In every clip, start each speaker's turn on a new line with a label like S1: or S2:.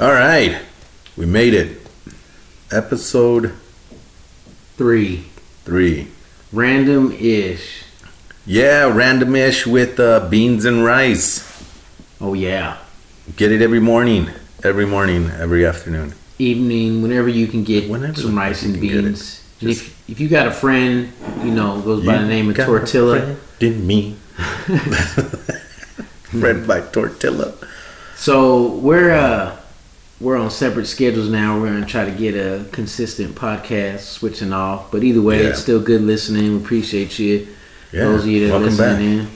S1: All right, we made it. Episode
S2: Three.
S1: three.
S2: Random ish.
S1: Yeah, randomish with uh, beans and rice.
S2: Oh, yeah.
S1: Get it every morning, every morning, every afternoon.
S2: Evening, whenever you can get
S1: Whenever
S2: some rice
S1: you
S2: and
S1: can get it.
S2: beans. And if, if you got a friend, you know, goes by the name of
S1: got a
S2: Tortilla.
S1: friend in me. Friend by Tortilla.
S2: So we're uh we're on separate schedules now. We're gonna try to get a consistent podcast switching off. But either way,
S1: Yeah.
S2: it's still good listening. We appreciate you.
S1: Yeah,
S2: Those of you that are
S1: welcome
S2: listening in.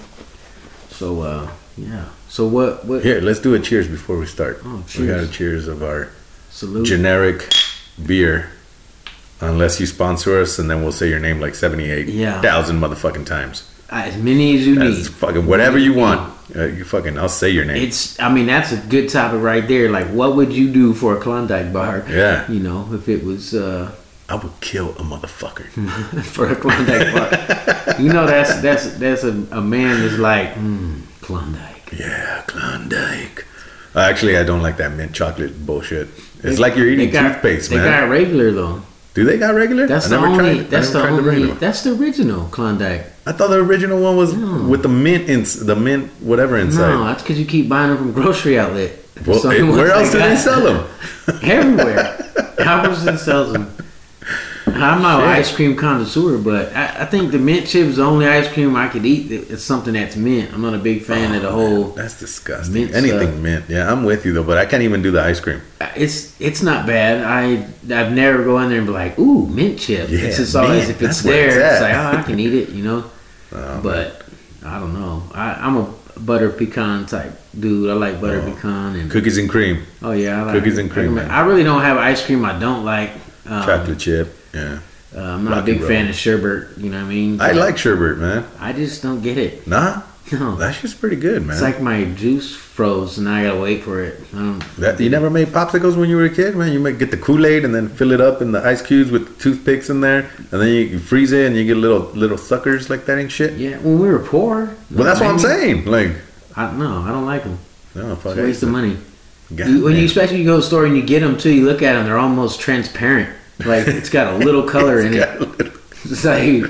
S2: So uh yeah. So what what
S1: Here, let's do a cheers before we start.
S2: Oh,
S1: We got
S2: cheers.
S1: a cheers of our
S2: salute
S1: generic beer. Unless you sponsor us, and then we'll say your name like
S2: Yeah.
S1: 78,000 motherfucking times.
S2: Uh, as many as you
S1: That's
S2: need.
S1: fucking whatever you want. Uh, you fucking, I'll say your name.
S2: It's I mean that's a good topic right there. Like what would you do for a Klondike bar?
S1: Yeah.
S2: You know, if it was uh
S1: I would kill a
S2: Hmm.
S1: motherfucker.
S2: for a Klondike bar. you know that's that's that's a, a man that's like, hmm, Klondike.
S1: yeah, Klondike. Uh, actually, I don't like that mint chocolate bullshit. It's like you're eating
S2: They got-
S1: toothpaste,
S2: they
S1: man.
S2: got regular though.
S1: Do they got regular?
S2: That's
S1: I
S2: the
S1: never tried
S2: only.
S1: it. I
S2: That's
S1: never
S2: the
S1: tried the
S2: only.
S1: regular.
S2: that's the original Klondike.
S1: I thought the original one was
S2: No.
S1: with the mint ins the mint whatever inside.
S2: Hmm. No, that's because you keep buying them from grocery outlet.
S1: well,
S2: So
S1: it-
S2: the ones
S1: where else do they
S2: got-
S1: sell them?
S2: Everywhere. Albertson sells them. I'm not an
S1: Shit.
S2: ice cream connoisseur, but I, I think the mint chip is the only ice cream I could eat. that- It's something that's mint. I'm not a big fan of
S1: Oh,
S2: the whole.
S1: That's disgusting.
S2: Mint
S1: Anything
S2: stuff.
S1: mint. Yeah, I'm with you though, but I can't even do the ice cream.
S2: It's it's not bad. I I've never go in there and be like, ooh, mint chip.
S1: Yeah,
S2: it's just always
S1: mint.
S2: if it's
S1: That's where
S2: there,
S1: it's
S2: it's, like
S1: at.
S2: oh, I can eat it, you know.
S1: Oh,
S2: But I don't know. I, I'm a butter pecan type dude. I like butter
S1: Oh,
S2: pecan and
S1: cookies and cream,
S2: oh yeah, I like
S1: cookies and
S2: I
S1: cream,
S2: can-
S1: man.
S2: I really don't have ice cream. I don't like. Um,
S1: chocolate chip. Yeah,
S2: uh, I'm not
S1: Rock
S2: a big
S1: and
S2: fan
S1: roll.
S2: of sherbet. You know what I mean?
S1: I like sherbet, man.
S2: I just don't get it.
S1: Nah,
S2: No,
S1: that shit's pretty good, man.
S2: it's like my juice froze and I gotta wait for it. I don't.
S1: That, you never made popsicles when you were a kid, man. You might get the Kool Aid and then fill it up in the ice cubes with toothpicks in there, and then you, you freeze it and you get little little suckers like that and shit.
S2: Yeah, when we were poor.
S1: Well, that's what I'm
S2: maybe.
S1: saying. Like,
S2: I, no, I don't like them.
S1: no,
S2: It's
S1: fuck.
S2: a
S1: I-
S2: waste of money.
S1: God
S2: You- when
S1: damn.
S2: you especially you go to the store and you get them too, you look at them, they're almost transparent. Like it's got a little color in it.
S1: It's got-
S2: It's like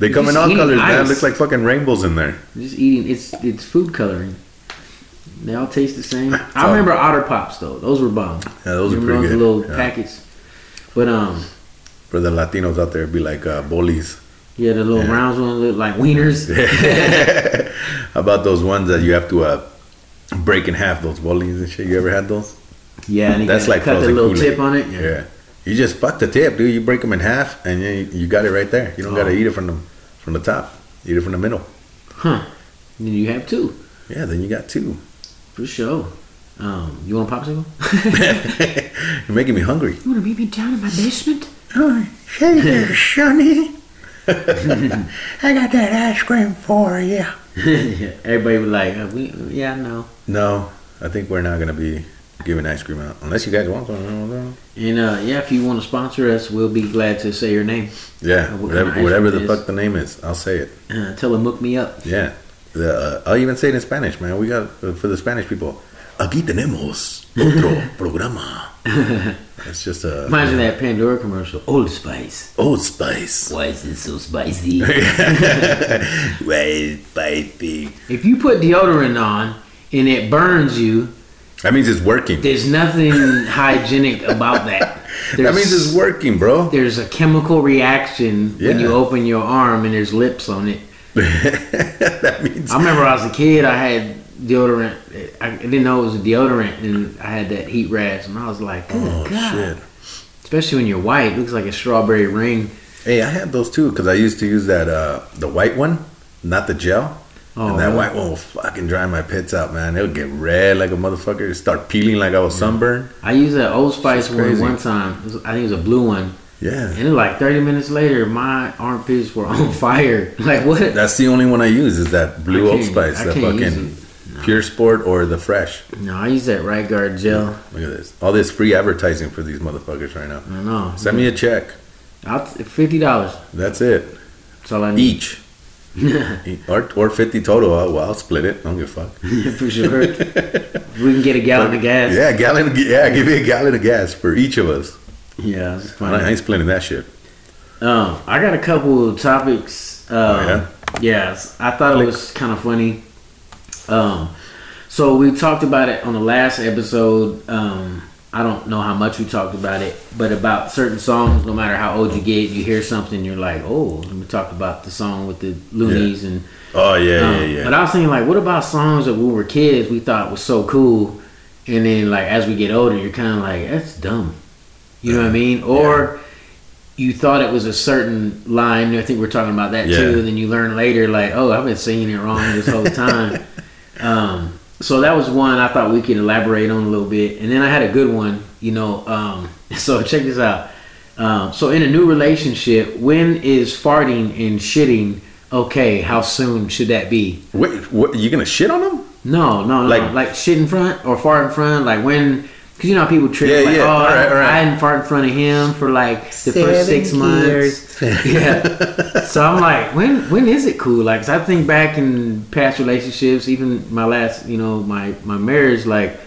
S1: They come in
S2: Just
S1: all
S2: eating
S1: colors, man.
S2: ice.
S1: It looks like fucking rainbows in there.
S2: Just eating it's it's food coloring. They all taste the same. I
S1: all-
S2: remember Otter Pops though; those were bomb.
S1: Yeah, those are
S2: Remember
S1: pretty
S2: those
S1: good.
S2: Little
S1: Yeah.
S2: packets, but um,
S1: For the Latinos out there, it'd be like uh, bullies.
S2: yeah, the little
S1: Yeah.
S2: rounds one look like wieners.
S1: How about those ones that you have to uh, break in half? Those bullies and shit. You ever had those?
S2: Yeah, and you
S1: That's
S2: gotta
S1: like
S2: cut the
S1: frozen
S2: little
S1: Kool-Aid.
S2: tip on it.
S1: Yeah. You just fuck the tip, dude. You break them in half, and you, you got it right there. You don't got to
S2: Oh.
S1: eat it from the from the top. Eat it from the middle.
S2: huh? Then you have two
S1: Yeah, then you got two.
S2: for sure. Um, you want a popsicle?
S1: You're making me hungry.
S2: You want to meet me down in my basement?
S3: Oh, hey there, Sonny. I got that ice cream for you.
S2: yeah, everybody was like, uh, we, yeah, no.
S1: No, I think we're not gonna be giving ice cream out unless you guys want some.
S2: And uh, yeah, if you want to sponsor us, we'll be glad to say your name.
S1: Yeah,
S2: What kind of
S1: whatever,
S2: ice cream
S1: whatever
S2: it
S1: the
S2: is.
S1: fuck the name is, I'll say it.
S2: Uh, tell them hook me up.
S1: Yeah, the, uh, I'll even say it in Spanish, man. We got uh, for the Spanish people. Aquí tenemos otro programa. It's just a
S2: Reminds me of that Pandora commercial, Old Spice.
S1: Old Spice.
S2: Why is it so spicy?
S1: Well, baby.
S2: if you put deodorant on and it burns you,
S1: That means it's working.
S2: there's nothing hygienic about that. There's,
S1: That means it's working, bro.
S2: there's a chemical reaction when
S1: Yeah.
S2: you open your arm and there's lips on it.
S1: that means
S2: I remember when I was a kid, I had deodorant. I didn't know it was a deodorant, and I had that heat rash, and I was like, "Good
S1: oh
S2: God."
S1: shit.
S2: Especially when you're white, it looks like a strawberry ring.
S1: Hey, I had those too because I used to use that uh the white one, not the gel.
S2: Oh,
S1: and that
S2: really?
S1: white one will fucking dry my pits out, man. It'll get red like a motherfucker. It'll start peeling like I was sunburned.
S2: I used that Old Spice one
S1: crazy.
S2: one time. It was- I think it was a blue one,
S1: Yeah.
S2: and then like 30 minutes later, my armpits were on fire. Like what?
S1: That's the only one I use is that blue
S2: I
S1: Old
S2: can't-
S1: Spice,
S2: I
S1: that
S2: can't use
S1: fucking Pure Sport or the Fresh.
S2: no, I used that Right Guard gel.
S1: Look at this. All this free advertising for these motherfuckers right now.
S2: I don't know.
S1: Send me a check.
S2: I'll t- Fifty dollars.
S1: That's it.
S2: That's all I need.
S1: Each. E- or or fifty total. I'll, well, I'll split it. I don't give a fuck.
S2: for sure. we can get a gallon of gas.
S1: Yeah, gallon. Yeah, give me a gallon of gas for each of us.
S2: yeah it's
S1: I ain't- I
S2: fine.
S1: ain't splitting that shit.
S2: Um, I got a couple of topics. Um,
S1: yeah?
S2: yeah, s- I thought it was kind of funny. Um, so we talked about it on the last episode. Um, I don't know how much we talked about it, but about certain songs, no matter how old you get, you hear something, you're like, oh, let me talk about the song with the Loonies and
S1: Oh yeah, yeah,
S2: Um,
S1: yeah.
S2: But I was thinking, like, what about songs that when we were kids we thought was so cool, and then like as we get older, you're kind of like, that's dumb. You know what I mean? Or you thought it was a certain line. I think we're talking about that
S1: Yeah.
S2: too. Then you learn later, like, oh, I've been singing it wrong this whole time. um, so that was one I thought we could elaborate on a little bit. And then I had a good one. You know, um, so check this out. Um, so in a new relationship, when is farting and shitting okay? How soon should that be?
S1: Wait, what, you gonna shit on them?
S2: No, no, no. Like,
S1: Like-
S2: shit in front or fart in front. Like when, because you know how people trip.
S1: Yeah,
S2: like,
S1: yeah,
S2: Oh, I-
S1: alright, alright.
S2: I didn't fart in front of him for like the
S3: Seven
S2: first six
S3: years.
S2: months. yeah. So I'm like, when when is it cool? Like, 'cause I think back in past relationships, even my last, you know, my my marriage. Like,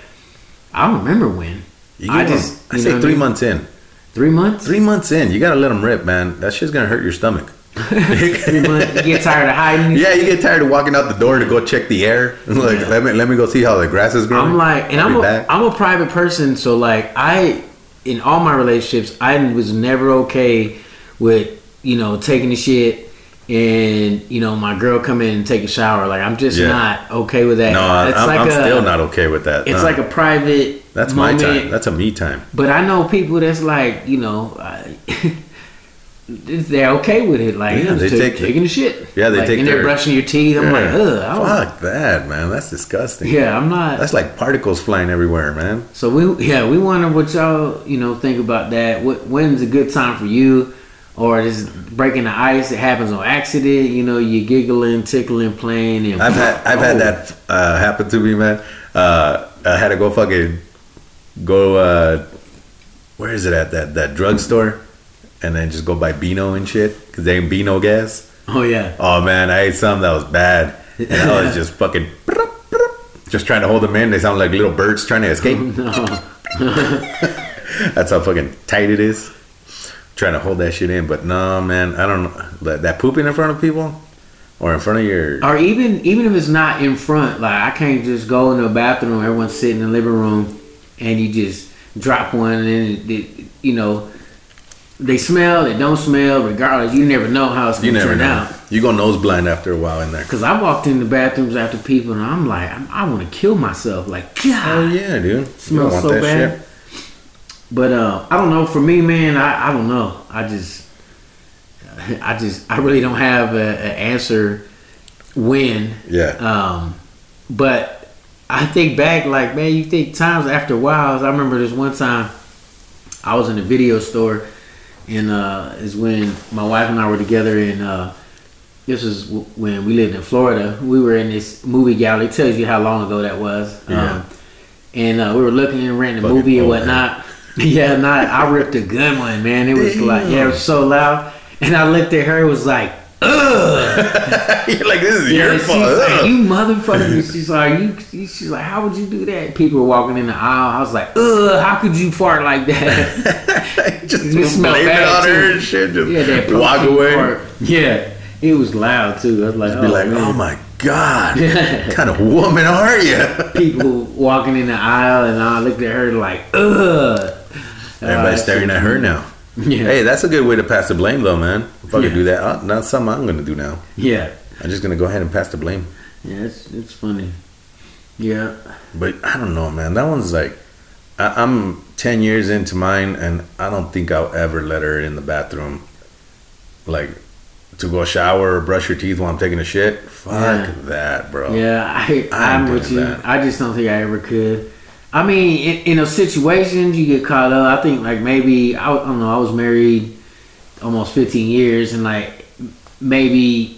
S2: I don't remember when.
S1: You
S2: I
S1: give 'em-
S2: just,
S1: I
S2: you
S1: say
S2: know what I
S1: three
S2: mean?
S1: months in.
S2: Three months.
S1: Three months in, you gotta let them rip, man. That shit's gonna hurt your stomach.
S2: Three months. You get tired of hiding.
S1: Yeah, you get tired of walking out the door to go check the air. Like, let me let me go see how the grass is growing.
S2: I'm like, and I'm
S1: Be
S2: a,
S1: back.
S2: I'm a private person, so like I, in all my relationships, I was never okay with you know taking the shit and you know my girl come in and take a shower. Like I'm just
S1: Yeah.
S2: not okay with that.
S1: no, I,
S2: it's
S1: am
S2: like
S1: I'm
S2: a,
S1: still not okay with that.
S2: It's
S1: no.
S2: like a private.
S1: that's my
S2: moment.
S1: time. That's a me time.
S2: But I know people that's like you know. I, They're okay with it, like
S1: Yeah,
S2: they
S1: they
S2: take
S1: take the-
S2: taking the shit.
S1: Yeah, they
S2: Like,
S1: take
S2: and they're
S1: their-
S2: brushing your teeth. I'm like, ugh, I don't-
S1: fuck that, man. That's disgusting.
S2: yeah, I'm not.
S1: That's like particles flying everywhere, man.
S2: So we yeah we wonder what y'all you know think about that. What when's a good time for you, or just breaking the ice? It happens on accident. You know you giggling, tickling, playing, and
S1: I've had I've
S2: Oh.
S1: had that uh, happen to me, man. Uh, I had to go fucking go. Uh, where is it at that that drugstore? And then just go buy Beano and shit because they ain't Beano gas.
S2: Oh yeah,
S1: Oh man, I ate some that was bad, and I was just fucking brup, brup, just trying to hold them in. They sound like little birds trying to escape.
S2: no, Mm-hmm.
S1: That's how fucking tight it is. Trying to hold that shit in, but no, man, I don't know that, that pooping in front of people or in front of your.
S2: or even even if it's not in front, like I can't just go in the bathroom. Everyone's sitting in the living room, and you just drop one, and it, it, you know they smell, they don't smell, regardless. You never know how it's
S1: You
S2: gonna
S1: never
S2: turn Oh, out.
S1: know. You go nose blind after a while in there.
S2: Cause I walked in the bathrooms after people, and I'm like, I'm, I want to kill myself. Like,
S1: Oh
S2: God,
S1: yeah, dude. You don't
S2: ah, smells
S1: want
S2: so
S1: that
S2: bad.
S1: shit.
S2: But uh, I don't know. For me, man, I, I don't know. I just, I just, I really don't have an answer when.
S1: Yeah.
S2: Um, but I think back, like, man, you think times after whiles. I remember this one time I was in a video store, and uh, is when my wife and I were together, and uh, this is w- when we lived in Florida. We were in this movie gallery. It tells you how long ago that was.
S1: Yeah.
S2: Um, and uh, we were looking and renting a
S1: Fucking
S2: movie and
S1: old man.
S2: whatnot. yeah, not I ripped a good one, man. It was like, yeah, it was so loud. And I looked at her, it was like,
S1: You're like this is
S2: yeah,
S1: your
S2: she's
S1: fault.
S2: like,
S1: Ugh.
S2: you motherfucker. She's like, you, you- she's like, how would you do that? People were walking in the aisle. I was like, ugh, how could you fart like that?
S1: just
S2: You smell
S1: blame it
S2: bad,
S1: on her
S2: too.
S1: and shit.
S2: yeah, that
S1: Just
S2: pumpkin
S1: walk away.
S2: fart. Yeah, it was loud too. I was like,
S1: Be
S2: oh,
S1: like,
S2: man.
S1: oh my god, what kind of woman are you?
S2: people walking in the aisle, and I looked at her like, ugh.
S1: Everybody's
S2: Uh,
S1: staring at her now.
S2: Yeah.
S1: Hey, that's a good way to pass the blame, though, man. If I
S2: Yeah.
S1: could do that, I, that's something I'm gonna do now.
S2: Yeah,
S1: I'm just gonna go ahead and pass the blame.
S2: yeah, it's it's funny. Yeah,
S1: But I don't know, man. That one's like, I, I'm 10 years into mine, and I don't think I'll ever let her in the bathroom, like to go shower or brush her teeth while I'm taking a shit. Fuck
S2: Yeah.
S1: that, bro.
S2: yeah, I,
S1: I'm
S2: I'm, with
S1: doing
S2: you.
S1: that.
S2: I just don't think I ever could. I mean, in, in those situations, you get caught up. I think like maybe I, I don't know. I was married almost 15 years, and like maybe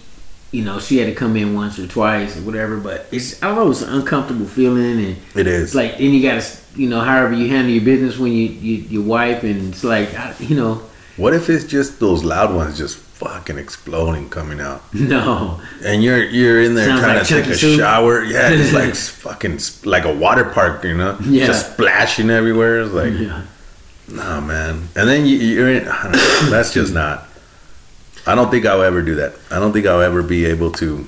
S2: you know she had to come in once or twice or whatever. But it's I don't know. It's an uncomfortable feeling, and
S1: It is.
S2: it's like then you gotta you know however you handle your business when you you, you wipe, and it's like I, you know
S1: what if it's just those loud ones just fucking exploding coming out.
S2: No.
S1: and you're you're in there
S2: Sounds
S1: trying
S2: like
S1: to take
S2: Chuck E.
S1: a
S2: Cheese.
S1: shower. Yeah, it's like s- fucking s- like a water park, you know?
S2: Yeah.
S1: Just splashing everywhere. It's like,
S2: Yeah.
S1: nah, man. And then you, you're in. I don't know, that's just not. I don't think I'll ever do that. I don't think I'll ever be able to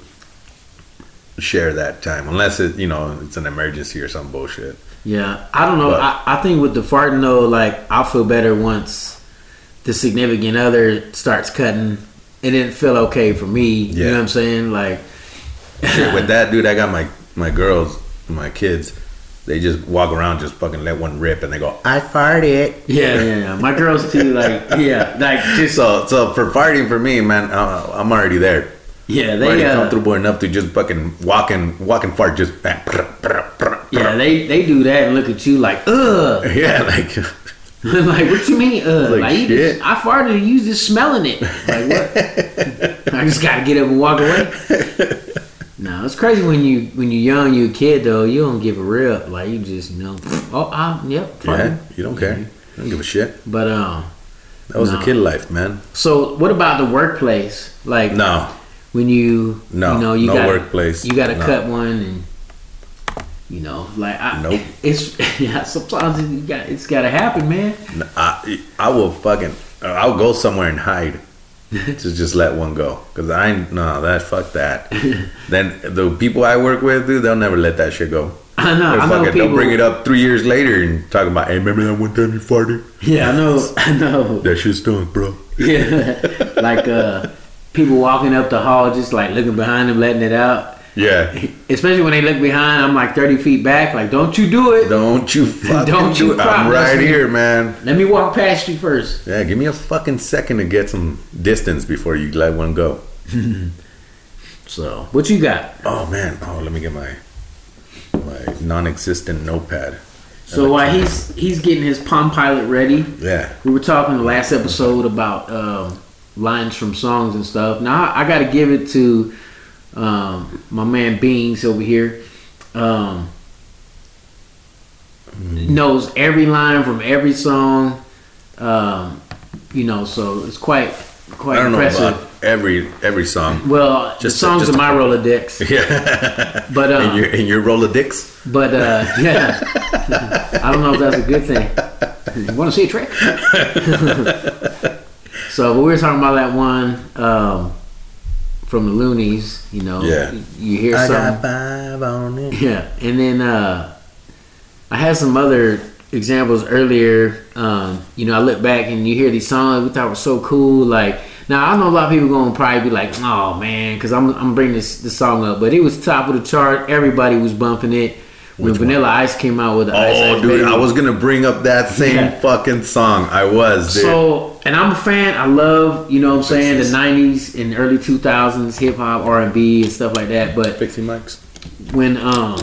S1: share that time unless it, you know, it's an emergency or some bullshit.
S2: Yeah. I don't know.
S1: But-
S2: I, I think with the farting though, like I'll feel better once the significant other starts cutting. It didn't feel okay for me. You know
S1: Yeah.
S2: what I'm saying? Like
S1: Shit, with that dude, I got my my girls, my kids. They just walk around, just fucking let one rip, and they go,
S3: I farted.
S2: Yeah, yeah, yeah. My girls too, like yeah, like just
S1: So, so for farting for me, man, uh, I'm already there.
S2: yeah,
S1: already
S2: they uh,
S1: comfortable enough to just fucking walk and walk and fart just bang, brr, brr, brr, brr.
S2: yeah, they they do that and look at you like ugh,
S1: yeah like
S2: like what you mean ugh? Like,
S1: Like,
S2: you
S1: shit.
S2: just, I farted, and you just smelling it. Like what? I just gotta get up and walk away. No, it's crazy when you when you're young, you a kid though, you don't give a rip. Like you just you know, oh, I, yep,
S1: yeah
S2: farted.
S1: you don't care you don't give a shit
S2: But um,
S1: that was
S2: Mm-hmm. No.
S1: the kid life man
S2: so what about the workplace? Like
S1: no
S2: when you
S1: No,
S2: you know you
S1: no
S2: got
S1: workplace,
S2: you got to
S1: no.
S2: cut one and you know like I,
S1: Nope.
S2: it's yeah sometimes it, you got, it's got to happen man
S1: N- I, I will fucking I'll go somewhere and hide to just let one go because I ain't- no that fuck that then the people I work with dude they'll never let that shit go
S2: I know
S1: They'll
S2: I know
S1: fucking-
S2: people
S1: they'll bring it up three years later and talk about hey remember that one time you farted
S2: yeah I know I know
S1: that shit's done bro
S2: yeah like uh people walking up the hall just like looking behind them letting it out
S1: yeah
S2: especially when they look behind I'm like thirty feet back like don't you do it
S1: Don't you fucking
S2: Don't you
S1: do it. I'm
S2: promise
S1: right
S2: me.
S1: here, man.
S2: let me walk past you first
S1: Yeah, give me a fucking second to get some distance before you let one go.
S2: so what you got
S1: Oh man. Oh, let me get my my non-existent notepad.
S2: so while he's he's getting his Palm Pilot ready
S1: Yeah.
S2: We were talking the last episode about um, lines from songs and stuff. Now I, I got to give it to um, my man Beans over here. Um,
S1: Mm-hmm.
S2: Knows every line from every song. Um, you know, so it's quite
S1: I
S2: quite
S1: don't know
S2: impressive.
S1: about every every song.
S2: well, the
S1: Just-
S2: songs
S1: just
S2: in
S1: a
S2: my Rolodex,
S1: Uh-huh. Yeah.
S2: but um,
S1: in your in your Rolodex.
S2: but uh, yeah, I don't know if that's a good thing. You want to see a trick? so but we were talking about that one um, from the Loonies. You know,
S1: Yeah.
S2: you hear
S1: I got
S2: something.
S1: five on it.
S2: Yeah, and then uh, I had some other examples earlier. Um, you know, I look back and you hear these songs we thought were so cool. Like now, I know a lot of people gonna probably be like, "Oh man," because I'm I'm bringing this this song up, but it was top of the chart. Everybody was bumping it when Vanilla Ice came out with the Ice
S1: Oh,
S2: Ice
S1: dude,
S2: Baby.
S1: I was gonna bring up that same
S2: Yeah.
S1: fucking song. I was, dude.
S2: So, and I'm a fan. I love, you know what I'm saying, the 90s and early 2000s hip hop, R&B and stuff like that, but
S1: fixing mics.
S2: when um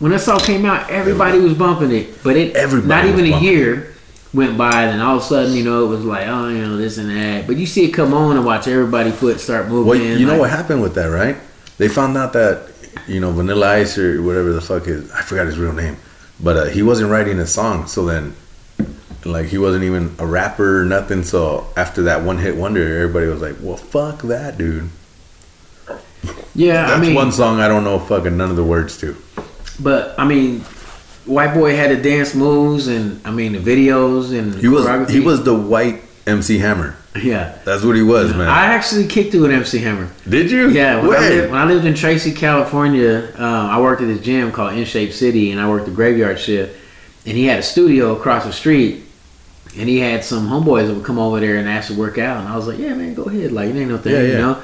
S2: when that song came out, everybody was bumping it, but it
S1: Everybody
S2: not
S1: was
S2: even a
S1: bumping
S2: year went by, and all of a sudden, you know, it was like, oh, you know, this and that. But you see it come on and watch everybody foot start moving.
S1: Well, you know
S2: like-
S1: what happened with that, right? They found out that you know Vanilla Ice or whatever the fuck is I forgot his real name, but uh, he wasn't writing a song. So then, like he wasn't even a rapper or nothing. So after that one hit wonder, everybody was like, "Well, fuck that dude."
S2: Yeah,
S1: That's
S2: I mean,
S1: one song I don't know fucking none of the words to.
S2: but I mean, white boy had the dance moves, and I mean the videos and
S1: He was
S2: choreography.
S1: he was the white MC Hammer.
S2: yeah.
S1: That's what he was, man.
S2: I actually kicked it with MC Hammer.
S1: Did you?
S2: Yeah, when I,
S1: When?
S2: lived, when I lived in Tracy, California, um, I worked at this gym called In Shape City, and I worked the graveyard shift. And he had a studio across the street, and he had some homeboys that would come over there and ask to work out. And I was like, "Yeah, man, go ahead. Like, it ain't no thing,
S1: Yeah,
S2: you
S1: yeah.
S2: know."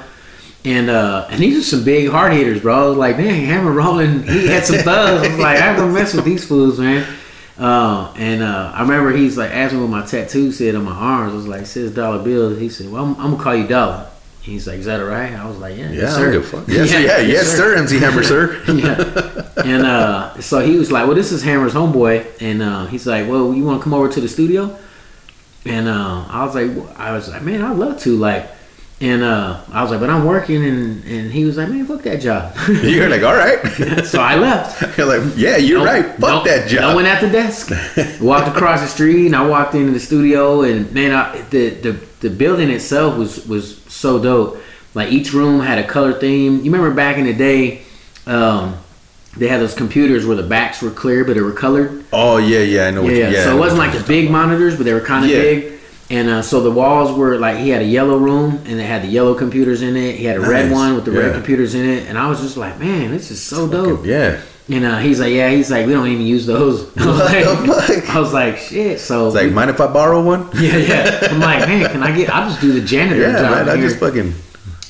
S2: And uh, and these are some big hard hitters, bro. I was like, "Dang, Hammer Rolling, he had some thugs." I was like, "I haven't mess with these fools, man." Uh, and uh, I remember he's like asking what my tattoo said on my arms. I was like six dollar bills. He said, "Well, I'm, I'm gonna call you Dollar." He's like, "Is that all right?" I was like, "Yeah,
S1: yeah, I don't give a fuck. Yes, yeah, yes, sir, MC Hammer, sir.
S2: yeah. And uh, so he was like, "Well, this is Hammer's homeboy," and uh, he's like, "Well, you want to come over to the studio?" And uh, I was like, w- "I was like, man, I'd love to." Like, and uh, I was like, "But I'm working," and and he was like, "Man, fuck that job."
S1: You're like, all right.
S2: so I left.
S1: You're like, yeah, you're
S2: No-
S1: right. Fuck
S2: no-
S1: that job.
S2: I went at the desk, walked across the street, and I walked into the studio, and man, I, the, the the building itself was was so dope. Like each room had a color theme. You remember back in the day, um, they had those computers where the backs were clear but they were colored.
S1: Oh yeah, yeah, I know. What
S2: yeah,
S1: you, yeah. I
S2: so
S1: know
S2: it wasn't
S1: what
S2: like
S1: you're
S2: the big monitors, but they were kind of
S1: Yeah.
S2: big. And uh, so the walls were like he had a yellow room and it had the yellow computers in it. He had a red
S1: Nice.
S2: one with the
S1: Yeah.
S2: red computers in it, and I was just like, man, this is so dope.
S1: talking- Yeah,
S2: And uh, he's like, yeah, he's like, we don't even use those. I was
S1: What the
S2: like,
S1: fuck?
S2: I was like, shit. So
S1: it's like, mind if I borrow one?
S2: yeah, yeah. I'm like, man, can I get? I'll just do the janitor
S1: Yeah,
S2: job
S1: man, I
S2: here.
S1: just fucking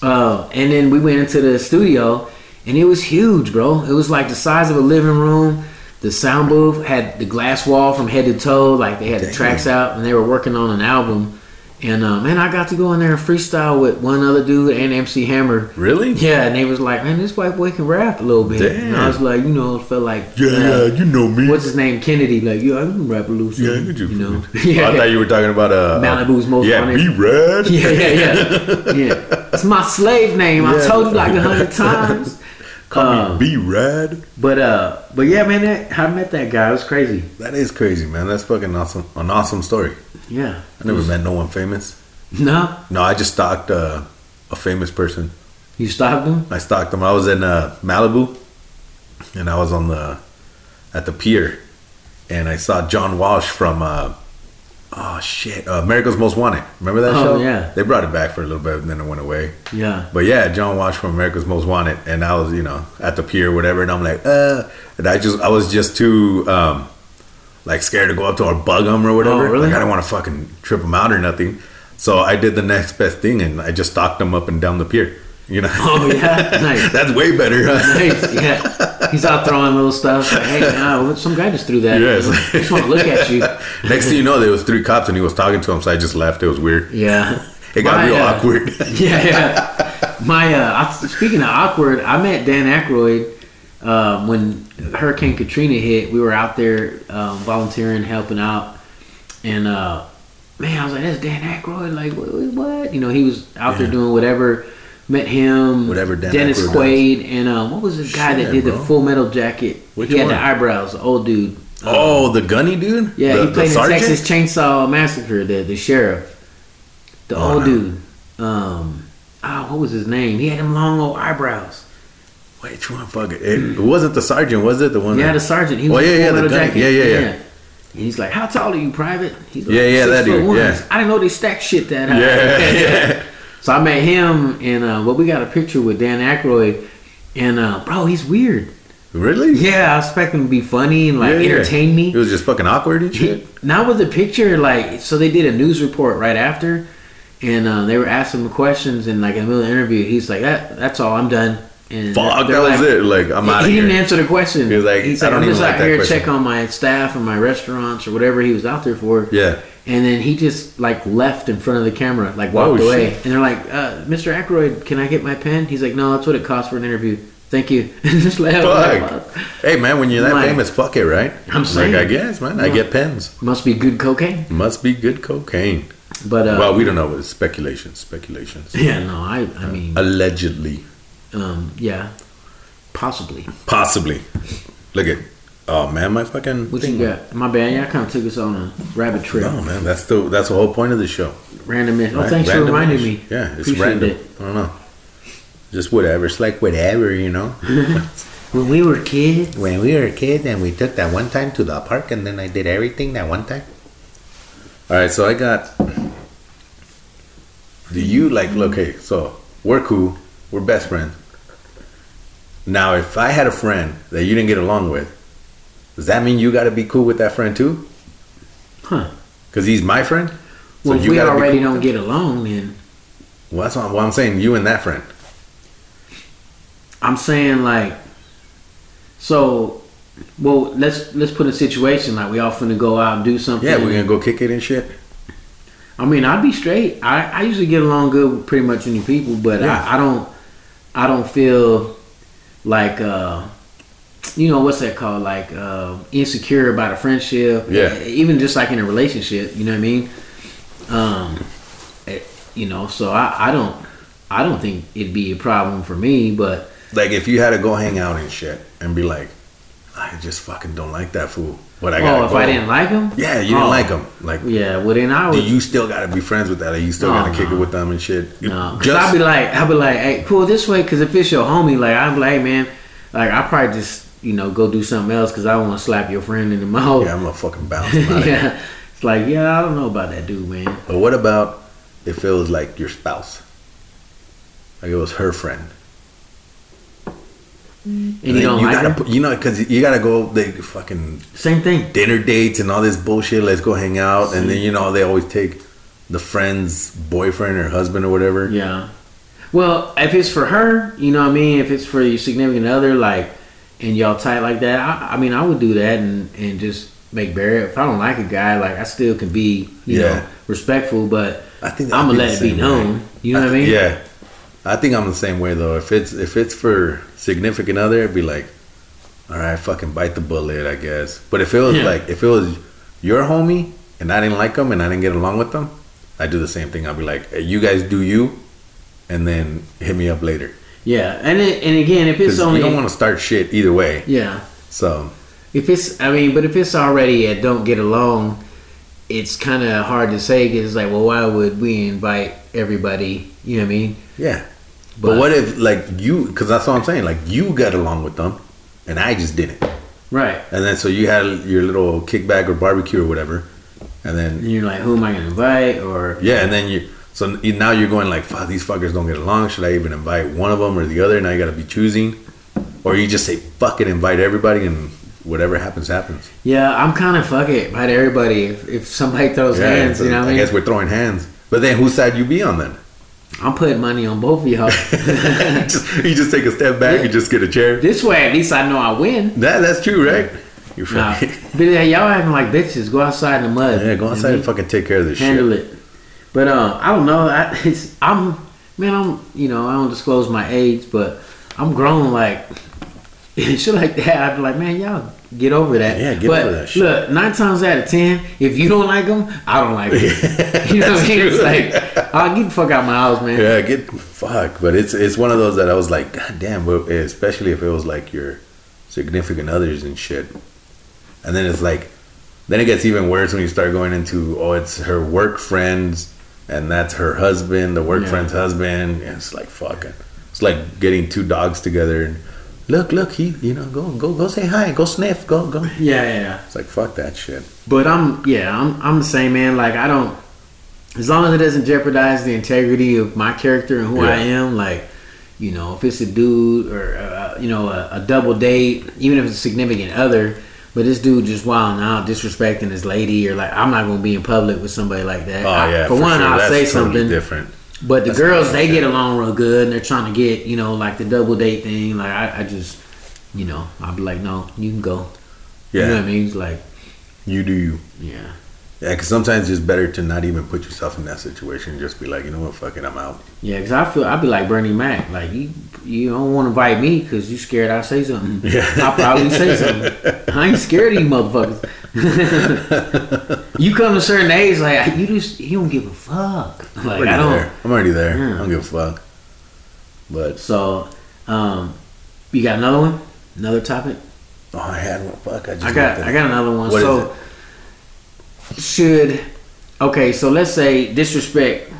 S2: Uh, and then we went into the studio, and it was huge, bro. It was like the size of a living room. The sound booth had the glass wall from head to toe. Like they had the
S1: Damn.
S2: tracks out, and they were working on an album. And uh, man, I got to go in there and freestyle with one other dude and MC Hammer.
S1: really.
S2: Yeah, and they was like, man, this white boy can rap a little bit. And I was like, you know, felt like uh,
S1: you know me.
S2: what's his name, Kennedy? Like, yeah, I can rap a little
S1: yeah,
S2: something,
S1: could
S2: you,
S1: you, Oh,
S2: know.
S1: I thought you were talking about uh,
S2: Malibu's most
S1: yeah,
S2: wanted.
S1: be red.
S2: Yeah, yeah, yeah, yeah. It's my slave name. I
S1: Yeah.
S2: told you like a hundred times.
S1: Call
S2: Uh,
S1: me be red.
S2: But uh, but yeah, man, that, I met that guy. It was crazy.
S1: That is crazy, man. That's fucking awesome. An awesome story.
S2: Yeah.
S1: I never met no one famous.
S2: No,
S1: No, I just stalked uh, a famous person.
S2: you stopped him.
S1: I stalked them. I was in uh, Malibu, and I was on the at the pier, and I saw John Walsh from uh, oh shit, uh, America's Most Wanted. Remember that
S2: Oh,
S1: show?
S2: yeah.
S1: They brought it back for a little bit, and then it went away.
S2: Yeah.
S1: But yeah, John Walsh from America's Most Wanted, and I was you know at the pier, or whatever, and I'm like, uh, and I just I was just too um, like scared to go up to or bug him or whatever.
S2: Oh, really?
S1: Like I don't want to fucking trip him out or nothing. So I did the next best thing, and I just stalked him up and down the pier. You know.
S2: Oh yeah. Nice.
S1: That's way better.
S2: Nice. Yeah. He's out throwing little stuff. Like, hey, nah, some guy just threw that.
S1: Yes.
S2: I just want to look at you.
S1: Next thing you know, there was three cops and he was talking to him, so I just left. It was weird.
S2: Yeah.
S1: It got
S2: My,
S1: real
S2: uh,
S1: awkward.
S2: yeah, yeah. My uh, I, speaking of awkward, I met Dan Aykroyd um, when Hurricane Katrina hit. We were out there um, volunteering, helping out, and uh, man, I was like, "That's Dan Aykroyd!" Like, what? what- what? You know, he was out there
S1: Yeah.
S2: doing whatever. Met him,
S1: Whatever Dan
S2: Dennis
S1: Aykroyd
S2: Quaid, and um, what was the guy that
S1: Shit,
S2: did the
S1: bro.
S2: Full Metal Jacket?
S1: Which
S2: he had
S1: one?
S2: the eyebrows, the old dude.
S1: oh, the gunny dude?
S2: Yeah,
S1: the,
S2: he played
S1: the
S2: in
S1: sergeant?
S2: Texas Chainsaw Massacre, the the sheriff, the
S1: Oh,
S2: old
S1: no.
S2: dude. Um, ah, what was his name? He had them long old eyebrows.
S1: Which one? Fuck it. It wasn't the sergeant, was it? The one?
S2: Yeah,
S1: that-
S2: the sergeant. He
S1: Oh,
S2: was
S1: yeah,
S2: in
S1: yeah,
S2: Full
S1: the
S2: Metal
S1: guy.
S2: Jacket.
S1: Yeah, yeah, yeah.
S2: And he's like, "How tall are you, Private?" He's like,
S1: Yeah, yeah, that dude,
S2: foot
S1: yeah.
S2: I didn't know they stacked shit that high.
S1: yeah, yeah.
S2: So I met him, and uh, well, we got a picture with Dan Aykroyd, and uh, bro, he's weird.
S1: Really?
S2: Yeah, I expect him to be funny and like
S1: Yeah, yeah.
S2: entertain me.
S1: It was just fucking awkward and shit.
S2: Now with the picture, like, so they did a news report right after, and uh, they were asking him questions, and like in the middle of the interview, he's like, "That, that's all, I'm done." And
S1: Fuck,
S2: they're
S1: that was
S2: like-
S1: it. Like, I'm
S2: He-
S1: out of
S2: he
S1: here.
S2: didn't answer the question.
S1: He was like,
S2: he's
S1: "I
S2: like,
S1: don't
S2: I'm
S1: even
S2: just
S1: like
S2: out
S1: that
S2: here to
S1: question."
S2: check on my staff and my restaurants or whatever he was out there for.
S1: Yeah.
S2: And then he just like left in front of the camera, like
S1: Oh,
S2: walked away.
S1: shit.
S2: And they're like, uh, "Mr. Aykroyd, can I get my pen?" He's like, "No, that's what it costs for an interview. Thank you." And just left.
S1: Fuck. Hey, man, when you're that
S2: Like-
S1: famous, fuck it, right?
S2: I'm saying.
S1: Like, I guess, man. I
S2: Yeah.
S1: get pens.
S2: Must be good cocaine.
S1: Must be good cocaine.
S2: But uh,
S1: well, we don't know. It's speculations. Speculations.
S2: yeah, no, I, I mean,
S1: Allegedly.
S2: Um, yeah, possibly.
S1: Possibly. Look at. Oh man, my fucking.
S2: What you got? My bad. Yeah, I kind of took us on a rabbit trail.
S1: No man, that's the that's the whole point of the show.
S2: Random. ish. Oh,
S1: right?
S2: thanks
S1: Random
S2: for reminding
S1: ish.
S2: me.
S1: Yeah, it's
S2: Appreciate
S1: random.
S2: it.
S1: I don't know. Just whatever. It's like whatever, you know.
S2: When we were kids,
S1: when we were kids and we took that one time to the park and then I did everything that one time. All right, so I got. Do you like? Okay, so we're cool. We're best friends. Now, if I had a friend that you didn't get along with, does that mean you got to be cool with that friend too?
S2: huh?
S1: Because he's my friend. So
S2: Well, if we
S1: gotta be
S2: already
S1: cool-
S2: don't get along, then
S1: Well, that's what I'm, well, I'm saying. You and that friend.
S2: I'm saying like, so, well, let's let's put a situation like we all finna go out and do something.
S1: Yeah, we're gonna go kick it and shit.
S2: I mean, I'd be straight. I, I usually get along good with pretty much any people, but
S1: Yeah.
S2: I, I don't I don't feel like uh, you know what's that called like uh, insecure about a friendship. e-,
S1: Yeah.
S2: even just like in a relationship, you know what I mean. Um, eh, you know, so I, I don't I don't think it'd be a problem for me, but
S1: Like if you had to go hang out and shit and be like, I just fucking don't like that fool. But I gotta
S2: Oh, if
S1: go.
S2: I didn't like him?
S1: yeah, you didn't
S2: Oh.
S1: like him. Like,
S2: Yeah, well then I
S1: do
S2: would.
S1: you still gotta be friends with that? Or you still
S2: No,
S1: gotta kick
S2: no.
S1: it with them and shit?
S2: No, cause
S1: just
S2: I'd be like, I'd be like, hey, pull this way, cause if it's your homie, like I'm like, hey, man, like I probably just you know go do something else, cause I want to slap your friend in the mouth.
S1: yeah, I'm gonna fucking bounce him out of here.
S2: yeah. It's like, yeah, I don't know about that dude, man.
S1: But what about if it was like your spouse? Like it was her friend.
S2: And you don't like
S1: gotta
S2: her?
S1: put- you know because you gotta go they fucking
S2: Same thing.
S1: dinner dates and all this bullshit. Let's go hang out, and then you know they always take the friend's boyfriend or husband or whatever.
S2: Yeah. Well, if it's for her, you know what I mean. If it's for your significant other, like, and y'all tight like that, I, I mean, I would do that and and just make barrier. If I don't like a guy, like I still can be,
S1: Yeah.
S2: you know, respectful, but
S1: I think I'd
S2: I'm gonna
S1: the
S2: let it be
S1: same
S2: known.
S1: way.
S2: You know what I
S1: th-
S2: mean?
S1: Yeah, I think I'm the same way though. If it's if it's for significant other, it'd be like, all right, fucking bite the bullet, I guess. But if it was
S2: Yeah.
S1: like if it was your homie and I didn't like him and I didn't get along with them, I do the same thing. I'd be like, hey, you guys do you, and then hit me up later.
S2: Yeah, and it, and again, if it's
S1: Because
S2: only
S1: you don't want to start shit either way.
S2: yeah,
S1: So
S2: if it's I mean, but if it's already a don't get along, it's kind of hard to say because it's like, well, why would we invite everybody? You know what I mean?
S1: yeah. But,
S2: But-
S1: what if like you? Because that's what I'm saying. Like you got along with them, and I just didn't.
S2: Right.
S1: And then so you had your little kickback or barbecue or whatever, and then
S2: And you're like, who am I gonna invite? Or
S1: yeah, and then you so you- now you're going like, fuck, these fuckers don't get along. Should I even invite one of them or the other? Now you got to be choosing, or you just say fuck it, invite everybody, and whatever happens, happens.
S2: yeah, I'm kind of fuck it by everybody. If, if somebody throws
S1: Yeah,
S2: hands,
S1: so
S2: you know what I mean?
S1: guess we're throwing hands. But then whose side you be on then?
S2: I'm putting money on both of y'all.
S1: just, you just take a step back. You just get a chair.
S2: this way, at least I know I win.
S1: That that's true, right? You're
S2: Nah,
S1: fucking
S2: but yeah, y'all acting like bitches. Go outside in the mud.
S1: yeah. Go
S2: You know
S1: outside
S2: what I mean?
S1: and fucking take care of this
S2: handle
S1: shit.
S2: it. But um, I don't know. I, it's, I'm man. I'm you know I don't disclose my age, but I'm grown. Like shit like that. I'd be like, man, y'all get over that.
S1: Yeah, get
S2: but
S1: over that shit.
S2: Look, nine times out of ten, if you don't like them, I don't like them. you know what I mean? It's like I'll get the fuck out my house, man.
S1: Yeah, get fuck. But it's it's one of those that I was like, god damn. But especially if it was like your significant others and shit. And then it's like, then it gets even worse when you start going into oh, it's her work friends, and that's her husband, the work
S2: Yeah.
S1: friend's husband. And it's like fucking. It's like getting two dogs together and look, look, he, you know, go, go, go, say hi, go sniff, go, go.
S2: Yeah, yeah, yeah.
S1: It's like fuck that shit.
S2: But I'm yeah, I'm I'm the same man. Like I don't as long as it doesn't jeopardize the integrity of my character and who I
S1: Yeah.
S2: am, like you know, if it's a dude or uh, you know a, a double date, even if it's a significant other, but this dude just wilding out, disrespecting his lady, or like I'm not gonna be in public with somebody like that.
S1: Oh
S2: I-
S1: yeah.
S2: for, one,
S1: sure.
S2: I'll
S1: That's
S2: say
S1: totally
S2: something.
S1: different.
S2: But the
S1: That's
S2: girls,
S1: not
S2: they
S1: okay.
S2: get along real good, and they're trying to get you know like the double date thing. Like I, I just you know I'll be like, no, you can go.
S1: Yeah,
S2: You know what I mean? It's like
S1: you do you.
S2: yeah.
S1: Yeah, because sometimes it's better to not even put yourself in that situation. Just be like, you know what, fuck it, I'm out.
S2: Yeah, because I feel I'd be like Bernie Mac. Like you, you don't want to invite me because you scared I'll say something.
S1: Yeah.
S2: I'll probably say something. I ain't scared of you, motherfuckers. you come to a certain age, like you just you don't give a fuck.
S1: I'm
S2: Like
S1: already
S2: I don't.
S1: there. I'm already there.
S2: Yeah.
S1: I don't give a fuck. But
S2: So, um, you got another one, another topic.
S1: oh, I had one. Fuck, I just
S2: I got
S1: looked at
S2: I
S1: it.
S2: got another one.
S1: What is
S2: so should okay. So let's say disrespect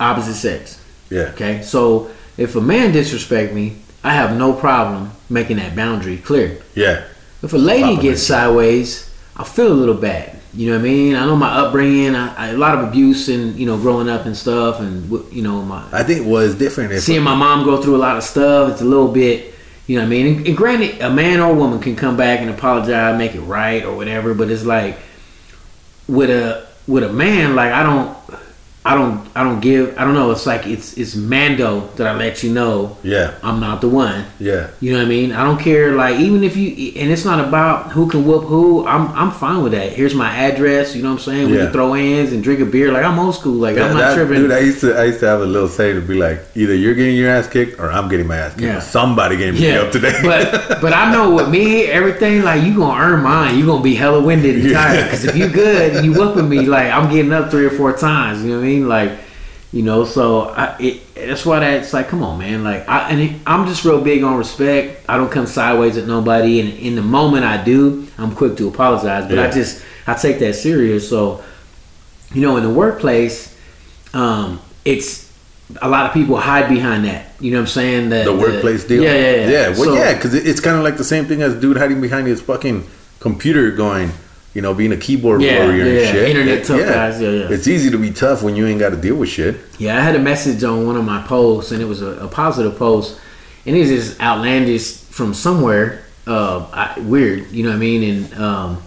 S2: opposite sex.
S1: Yeah,
S2: Okay, so if a man disrespect me, I have no problem making that boundary clear.
S1: yeah,
S2: If a lady
S1: Compliment.
S2: gets sideways, I feel a little bad. You know what I mean? I know my upbringing, I, I, a lot of abuse, and you know, growing up and stuff, and wh- you know, my
S1: I think was different. If
S2: seeing my mom go through a lot of stuff. It's a little bit, you know what I mean? And, and granted, a man or woman can come back and apologize, make it right or whatever, but it's like with a with a man, like I don't I don't I don't give I don't know, it's like it's it's Mando that I let you know
S1: yeah,
S2: I'm not the one.
S1: yeah,
S2: You know what I mean? I don't care. Like even if you, and it's not about who can whoop who. I'm I'm fine with that. Here's my address. You know what I'm saying? We
S1: Yeah.
S2: can throw hands and drink a beer. Like I'm old school. Like
S1: yeah
S2: I'm not
S1: that-
S2: tripping.
S1: dude, I used to I used to have a little say to be like, either you're getting your ass kicked or I'm getting my ass kicked.
S2: Yeah.
S1: Somebody getting me up today.
S2: but but I know with me, everything like you gonna earn mine. You gonna be hella winded and tired. Because if you good, and you whooping me like I'm getting up three or four times. You know what I mean? Like You know, so I, it, that's why that's like, come on, man. Like, I and it, I'm just real big on respect. I don't come sideways at nobody, and in the moment I do, I'm quick to apologize. But I
S1: Yeah.
S2: just I take that serious. So, you know, in the workplace, um, it's a lot of people hide behind that. You know what I'm saying? That
S1: the workplace deal.
S2: uh, Yeah, yeah, yeah.
S1: yeah. Well,
S2: So-
S1: yeah, because it's kind of like the same thing as dude hiding behind his fucking computer, going, you know, being a keyboard
S2: Yeah,
S1: warrior
S2: yeah,
S1: and
S2: yeah.
S1: shit.
S2: Internet
S1: It-
S2: tough guys, yeah, yeah.
S1: It's easy to be tough when you ain't got to deal with shit.
S2: Yeah, I had a message on one of my posts, and it was a, a positive post, and it's just outlandish from somewhere, uh, I, weird, you know what I mean? And um,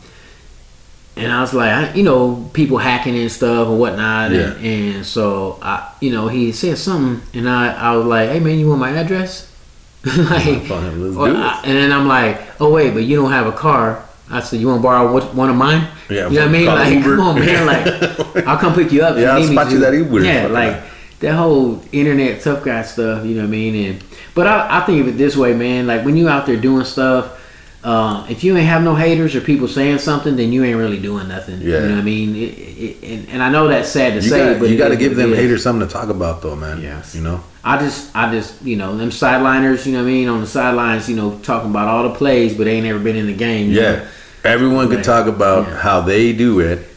S2: and I was like, I, you know, people hacking and stuff and whatnot, and, and so I, you know, he said something, and I, I was like, hey man, you want my address? like,
S1: Fine, let's
S2: or
S1: do
S2: I- and then I'm like, oh wait, but you don't have a car. I said, you want to borrow what, one of mine?
S1: Yeah,
S2: you know what I mean?
S1: call
S2: Like,
S1: Uber.
S2: come on, man. Like, I'll come pick you up. if
S1: Yeah, I'll
S2: need me
S1: spot you
S2: to.
S1: that Uber.
S2: Yeah,
S1: Fuck
S2: like
S1: that.
S2: that whole internet tough guy stuff. You know what I mean? And but I, I think of it this way, man. Like when you out there doing stuff, um, if you ain't have no haters or people saying something, then you ain't really doing nothing.
S1: Yeah.
S2: You know what I mean? It, it, and, and I know that's sad to
S1: You
S2: say,
S1: got
S2: but
S1: you
S2: it
S1: got to
S2: is
S1: give
S2: what it
S1: them
S2: is.
S1: haters something to talk about, though, man.
S2: Yes.
S1: You know.
S2: I just, I just, you know, them sideliners, you know what I mean, on the sidelines, you know, talking about all the plays, but they ain't ever been in the game. you know?
S1: Yeah. Everyone could
S2: Right.
S1: talk about
S2: Yeah.
S1: how they do it,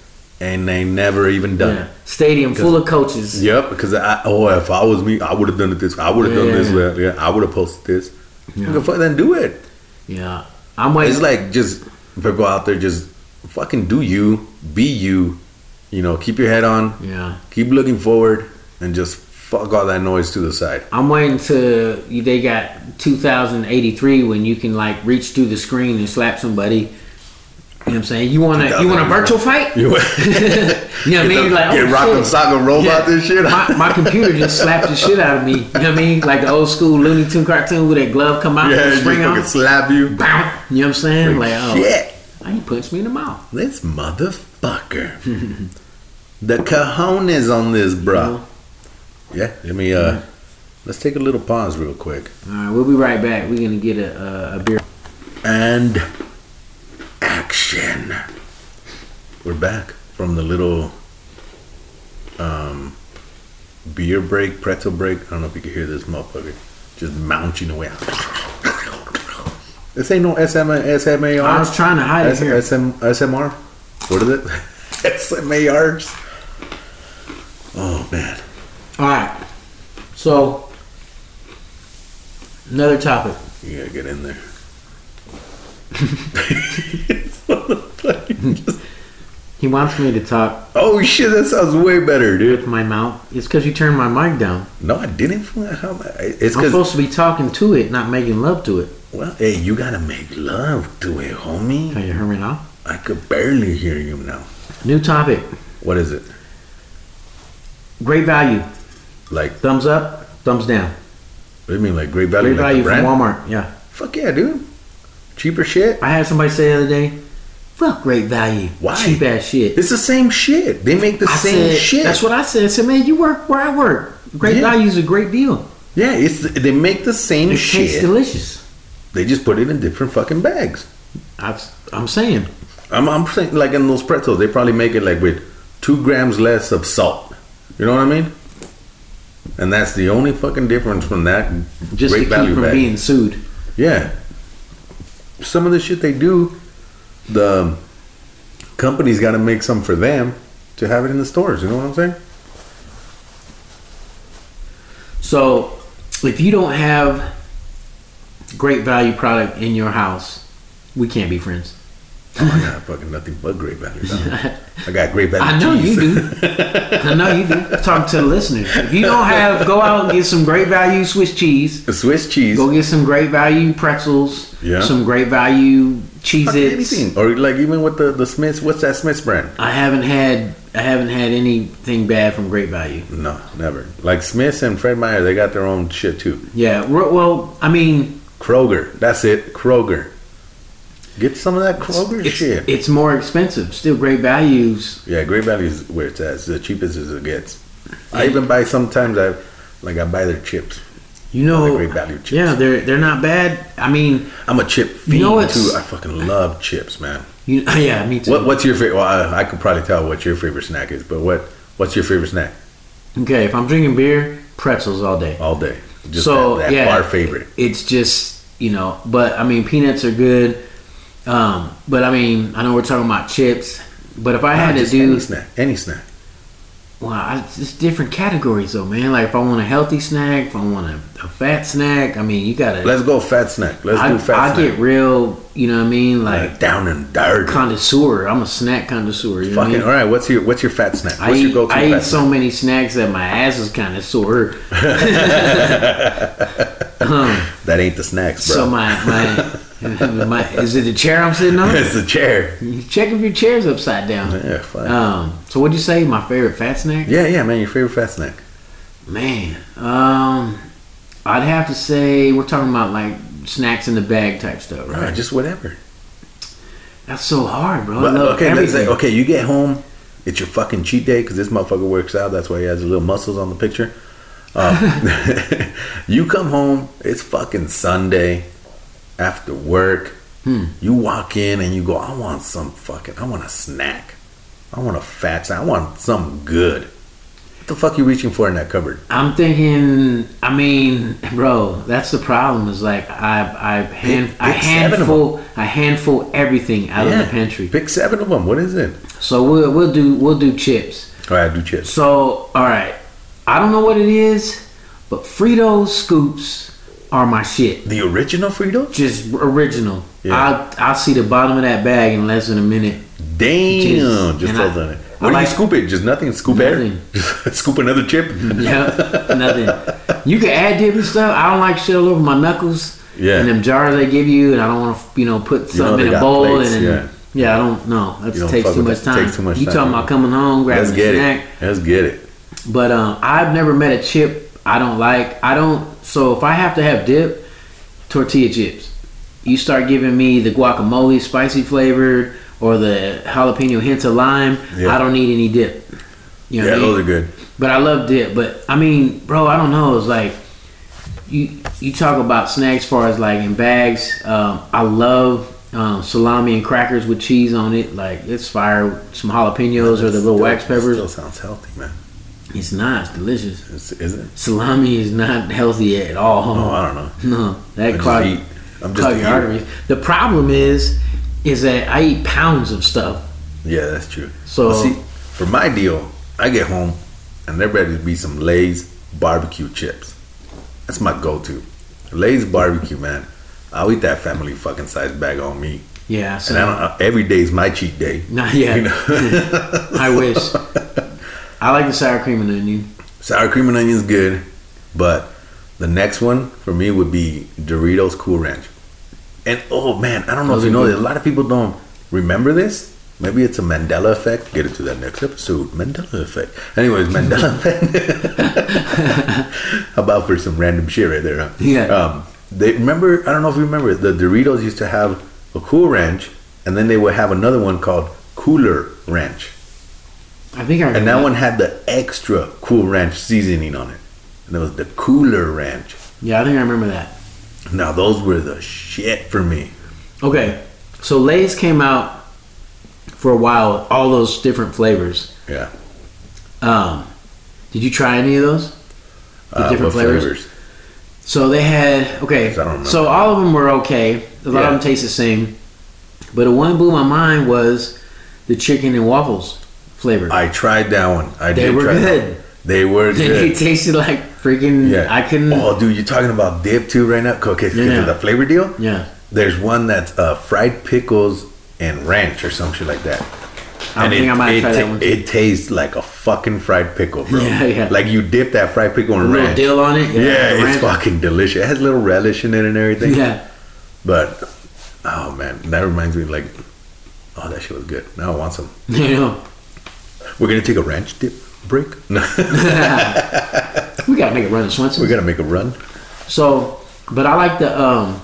S1: and they never even done
S2: Yeah.
S1: it.
S2: Stadium full of coaches.
S1: Yep, because I oh if I was me, I would have done it this. I would have done this.
S2: Yeah.
S1: way. Yeah, I would have posted this.
S2: Yeah.
S1: Fucking fuck, Then do it.
S2: Yeah. I'm waiting.
S1: It's like just people out there just fucking do you, be you, you know, keep your head on,
S2: yeah.
S1: keep looking forward, and just fuck all that noise to the side.
S2: I'm waiting to they got 2083 when you can like reach through the screen and slap somebody. You know what I'm saying? You want to you want a virtual fight?
S1: You
S2: You know what I mean? Like,
S1: get
S2: oh,
S1: rock
S2: shit.
S1: and sock and robot
S2: Yeah.
S1: this shit.
S2: My, my computer just slapped the shit out of me. You know what I mean? Like the old school Looney Tune cartoon with that glove come out
S1: yeah,
S2: and
S1: just
S2: spring
S1: fucking
S2: on.
S1: slap you.
S2: Bow. You know what I'm saying? Like, oh,
S1: Shit,
S2: now you punched me in the mouth.
S1: this motherfucker. the cojones on this, bro. Yeah, let me. uh
S2: Mm-hmm.
S1: Let's take a little pause real quick.
S2: All right, we'll be right back. We're gonna get a, a, a beer.
S1: and action. We're back from the little um, beer break, pretzel break. I don't know if you can hear this motherfucker just mounting away. This ain't no SM, SMAR.
S2: I was trying to hide it
S1: S-
S2: here.
S1: SM, SMR. What is it? SMARs. Oh man.
S2: All right, so another topic.
S1: You gotta get in there. This motherfucker just-
S2: He wants me to talk
S1: oh shit, that sounds way better, dude.
S2: with my mouth. It's because you turned my mic down.
S1: No, I didn't. fool. How- It's
S2: I'm
S1: because
S2: supposed to be talking to it, not making love to it.
S1: well, hey, you gotta make love to it, homie.
S2: Can you hear me now?
S1: I could barely hear you now.
S2: New topic.
S1: What is it?
S2: Great value.
S1: Like,
S2: Thumbs up. Thumbs down.
S1: what do you mean, like great value?
S2: Great
S1: like the
S2: value from
S1: brand?
S2: Walmart. Yeah.
S1: Fuck yeah, dude. Cheaper shit.
S2: I had somebody say the other day, "Fuck great value.
S1: Why?
S2: Cheap ass shit."
S1: It's the same shit. They make the
S2: I
S1: same
S2: said,
S1: shit.
S2: That's what I said. I said, "Man, you work where I work. Great
S1: Yeah.
S2: value is a great deal.
S1: yeah, it's they make the same
S2: It tastes
S1: shit.
S2: delicious."
S1: they just put it in different fucking bags.
S2: I, I'm saying.
S1: I'm, I'm saying, like in those pretzels, they probably make it like with two grams less of salt. You know what I mean? And that's the only fucking difference from that
S2: Just
S1: great
S2: to keep
S1: value
S2: from
S1: bag.
S2: being sued.
S1: Yeah. Some of the shit they do, the company's got to make some for them to have it in the stores. You know what I'm saying?
S2: So, if you don't have great value product in your house, we can't be friends.
S1: Oh, I got fucking nothing but great value. dog. I got great value.
S2: I know you
S1: cheese.
S2: do. I know you do. Talk to the listeners. If you don't have, go out and get some great value Swiss cheese.
S1: Swiss cheese.
S2: Go get some great value pretzels.
S1: Yeah.
S2: Some great value
S1: Fuck
S2: Cheez-Its.
S1: anything. Or like even with the, the Smiths, what's that Smiths brand?
S2: I haven't had I haven't had anything bad from Great Value.
S1: No, never. Like Smiths and Fred Meyer, they got their own shit too.
S2: Yeah. we're- Well, I mean,
S1: Kroger, that's it. Kroger. Get some of that Kroger
S2: it's,
S1: shit.
S2: it's more expensive. Still, Great Values.
S1: Yeah, Great Value is where it's at. It's the cheapest as it gets. I even buy sometimes. I like I buy their chips.
S2: You know.
S1: Great Value chips.
S2: Oh, Yeah, they're they're not bad. I mean,
S1: I'm a chip fiend
S2: You know it's-
S1: too. I fucking love chips, man.
S2: you, yeah, me too.
S1: What, what's your favorite? Well, I, I could probably tell what your favorite snack is, but what what's your favorite snack?
S2: Okay, if I'm drinking beer, pretzels all day.
S1: all day. Just
S2: So,
S1: that, that
S2: yeah.
S1: bar favorite.
S2: It's just you know, but I mean peanuts are good. Um, but I mean, I know we're talking about chips, but if I had
S1: Nah,
S2: to
S1: Uh, just
S2: do
S1: any snack. Any snack.
S2: Well, I, it's different categories though, man. Like if I want a healthy snack, if I want a, a fat snack, I mean, you gotta.
S1: Let's go fat snack. Let's
S2: I,
S1: do fat
S2: I
S1: snack.
S2: get real, you know what I mean? Like
S1: like down and dirty.
S2: connoisseur. I'm a snack connoisseur. You know what I
S1: Fucking
S2: mean?
S1: all right. What's your what's your fat snack?
S2: Mm-hmm. I
S1: What's your
S2: eat,
S1: go-to
S2: I
S1: fat
S2: eat
S1: snack?
S2: so many snacks that my ass is kind of sore.
S1: That ain't the snacks, bro.
S2: Um, So my my, my is it the chair I'm sitting on?
S1: it's the chair.
S2: Check if your chair's upside down.
S1: Yeah, fine.
S2: Um, so what'd you say? My favorite fat snack?
S1: yeah, yeah, man. Your favorite fat snack?
S2: Man, um, I'd have to say we're talking about like snacks in the bag type stuff,
S1: All
S2: right?
S1: right, just whatever.
S2: That's so hard, bro. I
S1: But,
S2: love
S1: okay, let's
S2: everything.
S1: say okay. You get home. It's your fucking cheat day because this motherfucker works out. That's why he has the little muscles on the picture. Uh, you come home. It's fucking Sunday after work.
S2: Hmm.
S1: You walk in and you go. I want some fucking. I want a snack. I want a fat snack. I want something good. What the fuck you reaching for in that cupboard?
S2: I'm thinking. I mean, bro, that's the problem. Is like I I hand
S1: Pick-
S2: I
S1: pick seven of
S2: handful I handful everything out of the pantry.
S1: Pick seven of them. What is it?
S2: So we'll we'll do we'll do chips.
S1: All right, do chips.
S2: So all right, I don't know what it is, but Frito scoops are my shit.
S1: The original Frito?
S2: Just original.
S1: Yeah.
S2: I I see the bottom of that bag in less than a minute.
S1: Damn.
S2: Jeez.
S1: Just
S2: And
S1: throws
S2: I-
S1: on it.
S2: I
S1: What do you
S2: like-
S1: scoop it? Just nothing? Scoop
S2: Nothing.
S1: air? scoop another chip?
S2: Yep, nothing. You can add different stuff. I don't like shit all over my knuckles.
S1: Yeah.
S2: And them jars they give you, and I don't want to, you know, put
S1: know
S2: something
S1: they
S2: in a
S1: got
S2: bowl
S1: plates,
S2: and
S1: yeah.
S2: then, yeah. I don't know. That
S1: You don't
S2: takes
S1: fuck
S2: too
S1: with
S2: much
S1: that.
S2: time.
S1: Takes too much
S2: you
S1: time,
S2: talking
S1: yeah.
S2: about coming home, grabbing
S1: Let's get
S2: a snack?
S1: it. Let's get it.
S2: But um, I've never met a chip I don't like. I don't. So if I have to have dip, tortilla chips. You start giving me the guacamole, spicy flavored, or the jalapeno hint of lime.
S1: Yeah.
S2: I don't need any dip. You know
S1: Yeah,
S2: what I mean?
S1: those are good.
S2: But I loved it. But I mean, bro, I don't know. It's like you you talk about snacks, far as like in bags. Um, I love um, salami and crackers with cheese on it. Like it's fire. Some jalapenos or the little wax
S1: Still- Still
S2: peppers.
S1: sounds healthy, man.
S2: It's not. It's delicious.
S1: Is, is it?
S2: Salami is not healthy at all.
S1: Oh, I don't know.
S2: No, that
S1: I
S2: clog,
S1: just eat. I'm just
S2: clog
S1: a
S2: your
S1: eater.
S2: arteries. The problem is, is that I eat pounds of stuff.
S1: Yeah, that's true.
S2: So-
S1: But see, for my deal, I get home and there better be some Lay's barbecue chips. That's my go-to. Lay's barbecue, man. I'll eat that family fucking size bag on me.
S2: Yeah, so
S1: And I don't, uh, every day's my cheat day.
S2: Not yet.
S1: You know?
S2: I wish. I like the sour cream and onion.
S1: Sour cream and onion's good, but the next one for me would be Doritos Cool Ranch. And oh man, I don't know if
S2: Those
S1: you
S2: are
S1: know
S2: good.
S1: this. A lot of people don't remember this. Maybe it's a Mandela effect. Get it to that next episode. Mandela effect. Anyways, Mandela effect. How About for some random shit right there. Huh?
S2: Yeah.
S1: Um, they remember. I don't know if you remember. The Doritos used to have a Cool Ranch, and then they would have another one called Cooler Ranch.
S2: I think I
S1: And that
S2: remember-
S1: one had the extra cool ranch seasoning on it. And it was the cooler ranch.
S2: Yeah, I think I remember that.
S1: Now those were the shit for me.
S2: Okay, so Lay's came out for a while. with All those different flavors.
S1: Yeah.
S2: Um, did you try any of those? The
S1: Uh,
S2: different
S1: what
S2: flavors? So they had okay.
S1: I don't remember.
S2: So all of them were okay. A lot
S1: Yeah.
S2: of them taste the same, but the one blew my mind was the chicken and waffles flavor.
S1: I tried that one. I
S2: They
S1: did
S2: were
S1: try that
S2: good.
S1: one. They were
S2: And they
S1: good.
S2: tasted like freaking.
S1: Yeah.
S2: I couldn't.
S1: Oh, dude, you're talking about dip too right now? Okay, 'cause
S2: Yeah.
S1: of the flavor deal?
S2: Yeah,
S1: There's one that's uh, fried pickles and ranch or some shit like that.
S2: I
S1: And
S2: think
S1: it,
S2: I might
S1: it
S2: try
S1: ta-
S2: that one.
S1: It tastes like a fucking fried pickle, bro.
S2: Yeah, yeah.
S1: Like you dip that fried pickle in
S2: a little
S1: ranch.
S2: dill on it.
S1: Yeah,
S2: the
S1: it's
S2: ranch.
S1: fucking delicious. It has little relish in it and everything.
S2: Yeah,
S1: But oh man, that reminds me like oh that shit was good. Now I want some.
S2: you know,
S1: We're gonna take a ranch dip break. No,
S2: we gotta make it run, Swenson.
S1: we're gonna make a run.
S2: So, but I like the um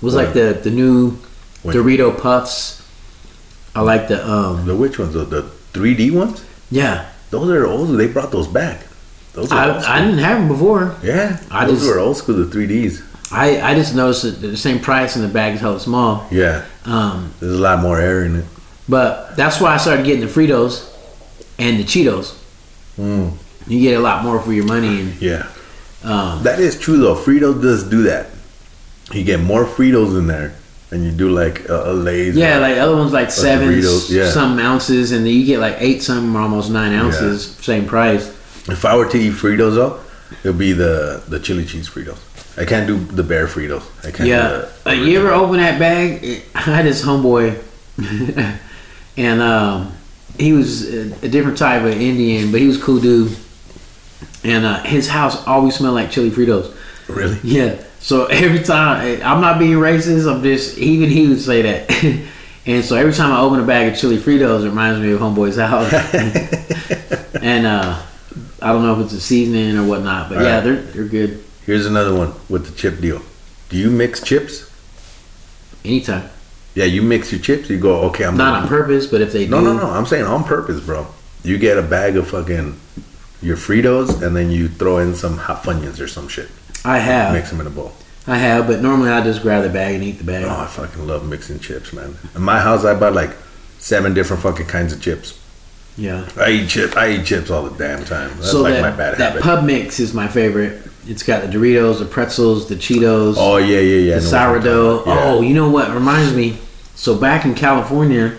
S2: was like the the new
S1: Which-
S2: Dorito puffs. I like the um
S1: The which ones? The, the 3D ones?
S2: yeah.
S1: Those are old. They brought those back. Those are
S2: I,
S1: old school.
S2: I didn't have them before.
S1: yeah,
S2: I
S1: those
S2: just-
S1: were old school. The 3Ds.
S2: I I just noticed that the same price in the bag is hella small.
S1: Yeah,
S2: Um,
S1: there's a lot more air in it.
S2: but that's why I started getting the Fritos and the Cheetos.
S1: Mm,
S2: You get a lot more for your money, and
S1: yeah.
S2: um,
S1: That is true though. Fritos does do that. You get more Fritos in there, and you do like a, a Lay's.
S2: yeah, like other ones like seven
S1: Doritos, yeah.
S2: some ounces, and then you get like eight some or almost nine ounces, same price.
S1: If I were to eat Fritos though, it would be the the chili cheese Fritos. I can't do the bear Fritos. I can't. do
S2: Yeah,
S1: the-
S2: like you ever open that bag? I had this homeboy, and um, he was a, a different type of Indian, but he was cool dude. And uh, his house always smelled like chili Fritos.
S1: really?
S2: Yeah. So every time eh, I'm not being racist, I'm just even he would say that. and so every time I open a bag of chili Fritos, it reminds me of homeboy's house. and uh, I don't know if it's a seasoning or whatnot, but yeah,
S1: Right.
S2: they're they're good
S1: Here's another one with the chip deal. Do you mix chips?
S2: anytime.
S1: Yeah, you mix your chips. You go okay. I'm
S2: Not on purpose, but if they
S1: Mm-hmm. No,
S2: do,
S1: no, no. I'm saying on purpose, bro. You get a bag of fucking your Fritos, and then you throw in some hot Funyuns or some shit.
S2: I have.
S1: Mix them in a bowl.
S2: I have, but normally I just grab the bag and eat the bag.
S1: Oh, I fucking love mixing chips, man. In my house, I buy like seven different fucking kinds of chips.
S2: yeah.
S1: I eat chips. I eat chips all the damn time. That's
S2: so
S1: like
S2: that,
S1: my bad
S2: that
S1: habit.
S2: pub mix is my favorite. It's got the Doritos, the pretzels, the Cheetos,
S1: oh yeah, yeah, yeah. I
S2: the
S1: know what you're
S2: sourdough.
S1: talking about.
S2: Oh, you know what reminds me? So back in California,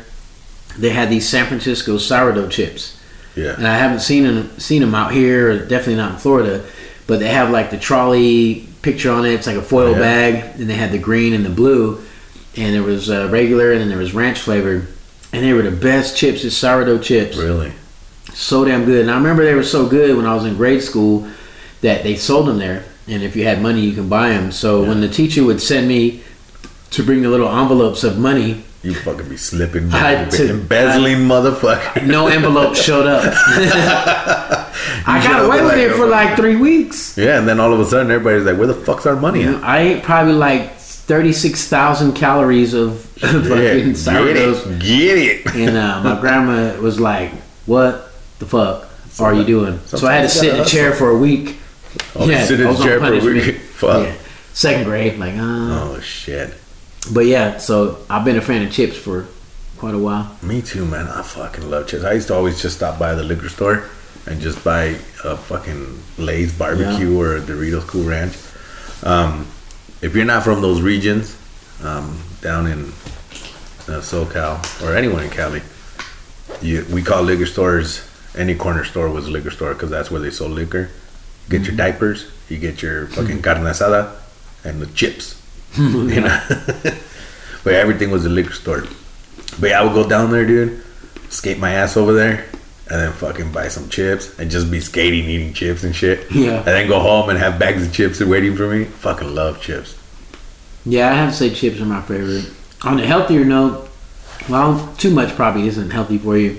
S2: they had these San Francisco sourdough chips,
S1: yeah,
S2: and I haven't seen them seen them out here. Or definitely not in Florida, but they have like the trolley picture on it. It's like a foil
S1: Yeah.
S2: bag, and they had the green and the blue, and there was uh, regular, and then there was ranch flavored, and they were the best chips. It's sourdough chips.
S1: yeah. Really?
S2: so damn good. And I remember they were so good when I was in grade school that they sold them there. And if you had money, you can buy them. So when the teacher would send me to bring the little envelopes of money,
S1: You fucking be slipping,
S2: I
S1: you be
S2: took-
S1: embezzling, motherfucker.
S2: no envelope showed up. I
S1: showed
S2: got
S1: up
S2: away
S1: with
S2: with
S1: like
S2: it for
S1: no-
S2: like three weeks.
S1: Yeah, and then all of a sudden, everybody's like, "Where the fuck's our money at?"
S2: I ate probably like thirty-six thousand calories of
S1: Yeah,
S2: fucking
S1: get
S2: sourdoughs,
S1: it, get it.
S2: and uh, my grandma was like, "What the fuck are you doing?" So I had to sit in a chair for a week.
S1: Oh, sit in the
S2: I was on
S1: chair for a
S2: punishment.
S1: week. Fuck.
S2: Yeah. Second grade, like, uh,
S1: Oh shit.
S2: but yeah. So I've been a fan of chips for quite a while.
S1: Me too, man. I fucking love chips. I used to always just stop by the liquor store and just buy a fucking Lay's barbecue or a Doritos Cool Ranch. Um, if you're not from those regions, um, down in uh, SoCal or anywhere in Cali, you, we call liquor stores any corner store was a liquor store because that's where they sold liquor. Get your diapers, you get your fucking carne asada, and the chips. you know, but everything was a liquor store. But yeah, I would go down there, dude, skate my ass over there, and then fucking buy some chips and just be skating, eating chips and shit.
S2: Yeah.
S1: And then go home and have bags of chips waiting for me. Fucking love chips.
S2: Yeah, I have to say chips are my favorite. On a healthier note, well, too much probably isn't healthy for you,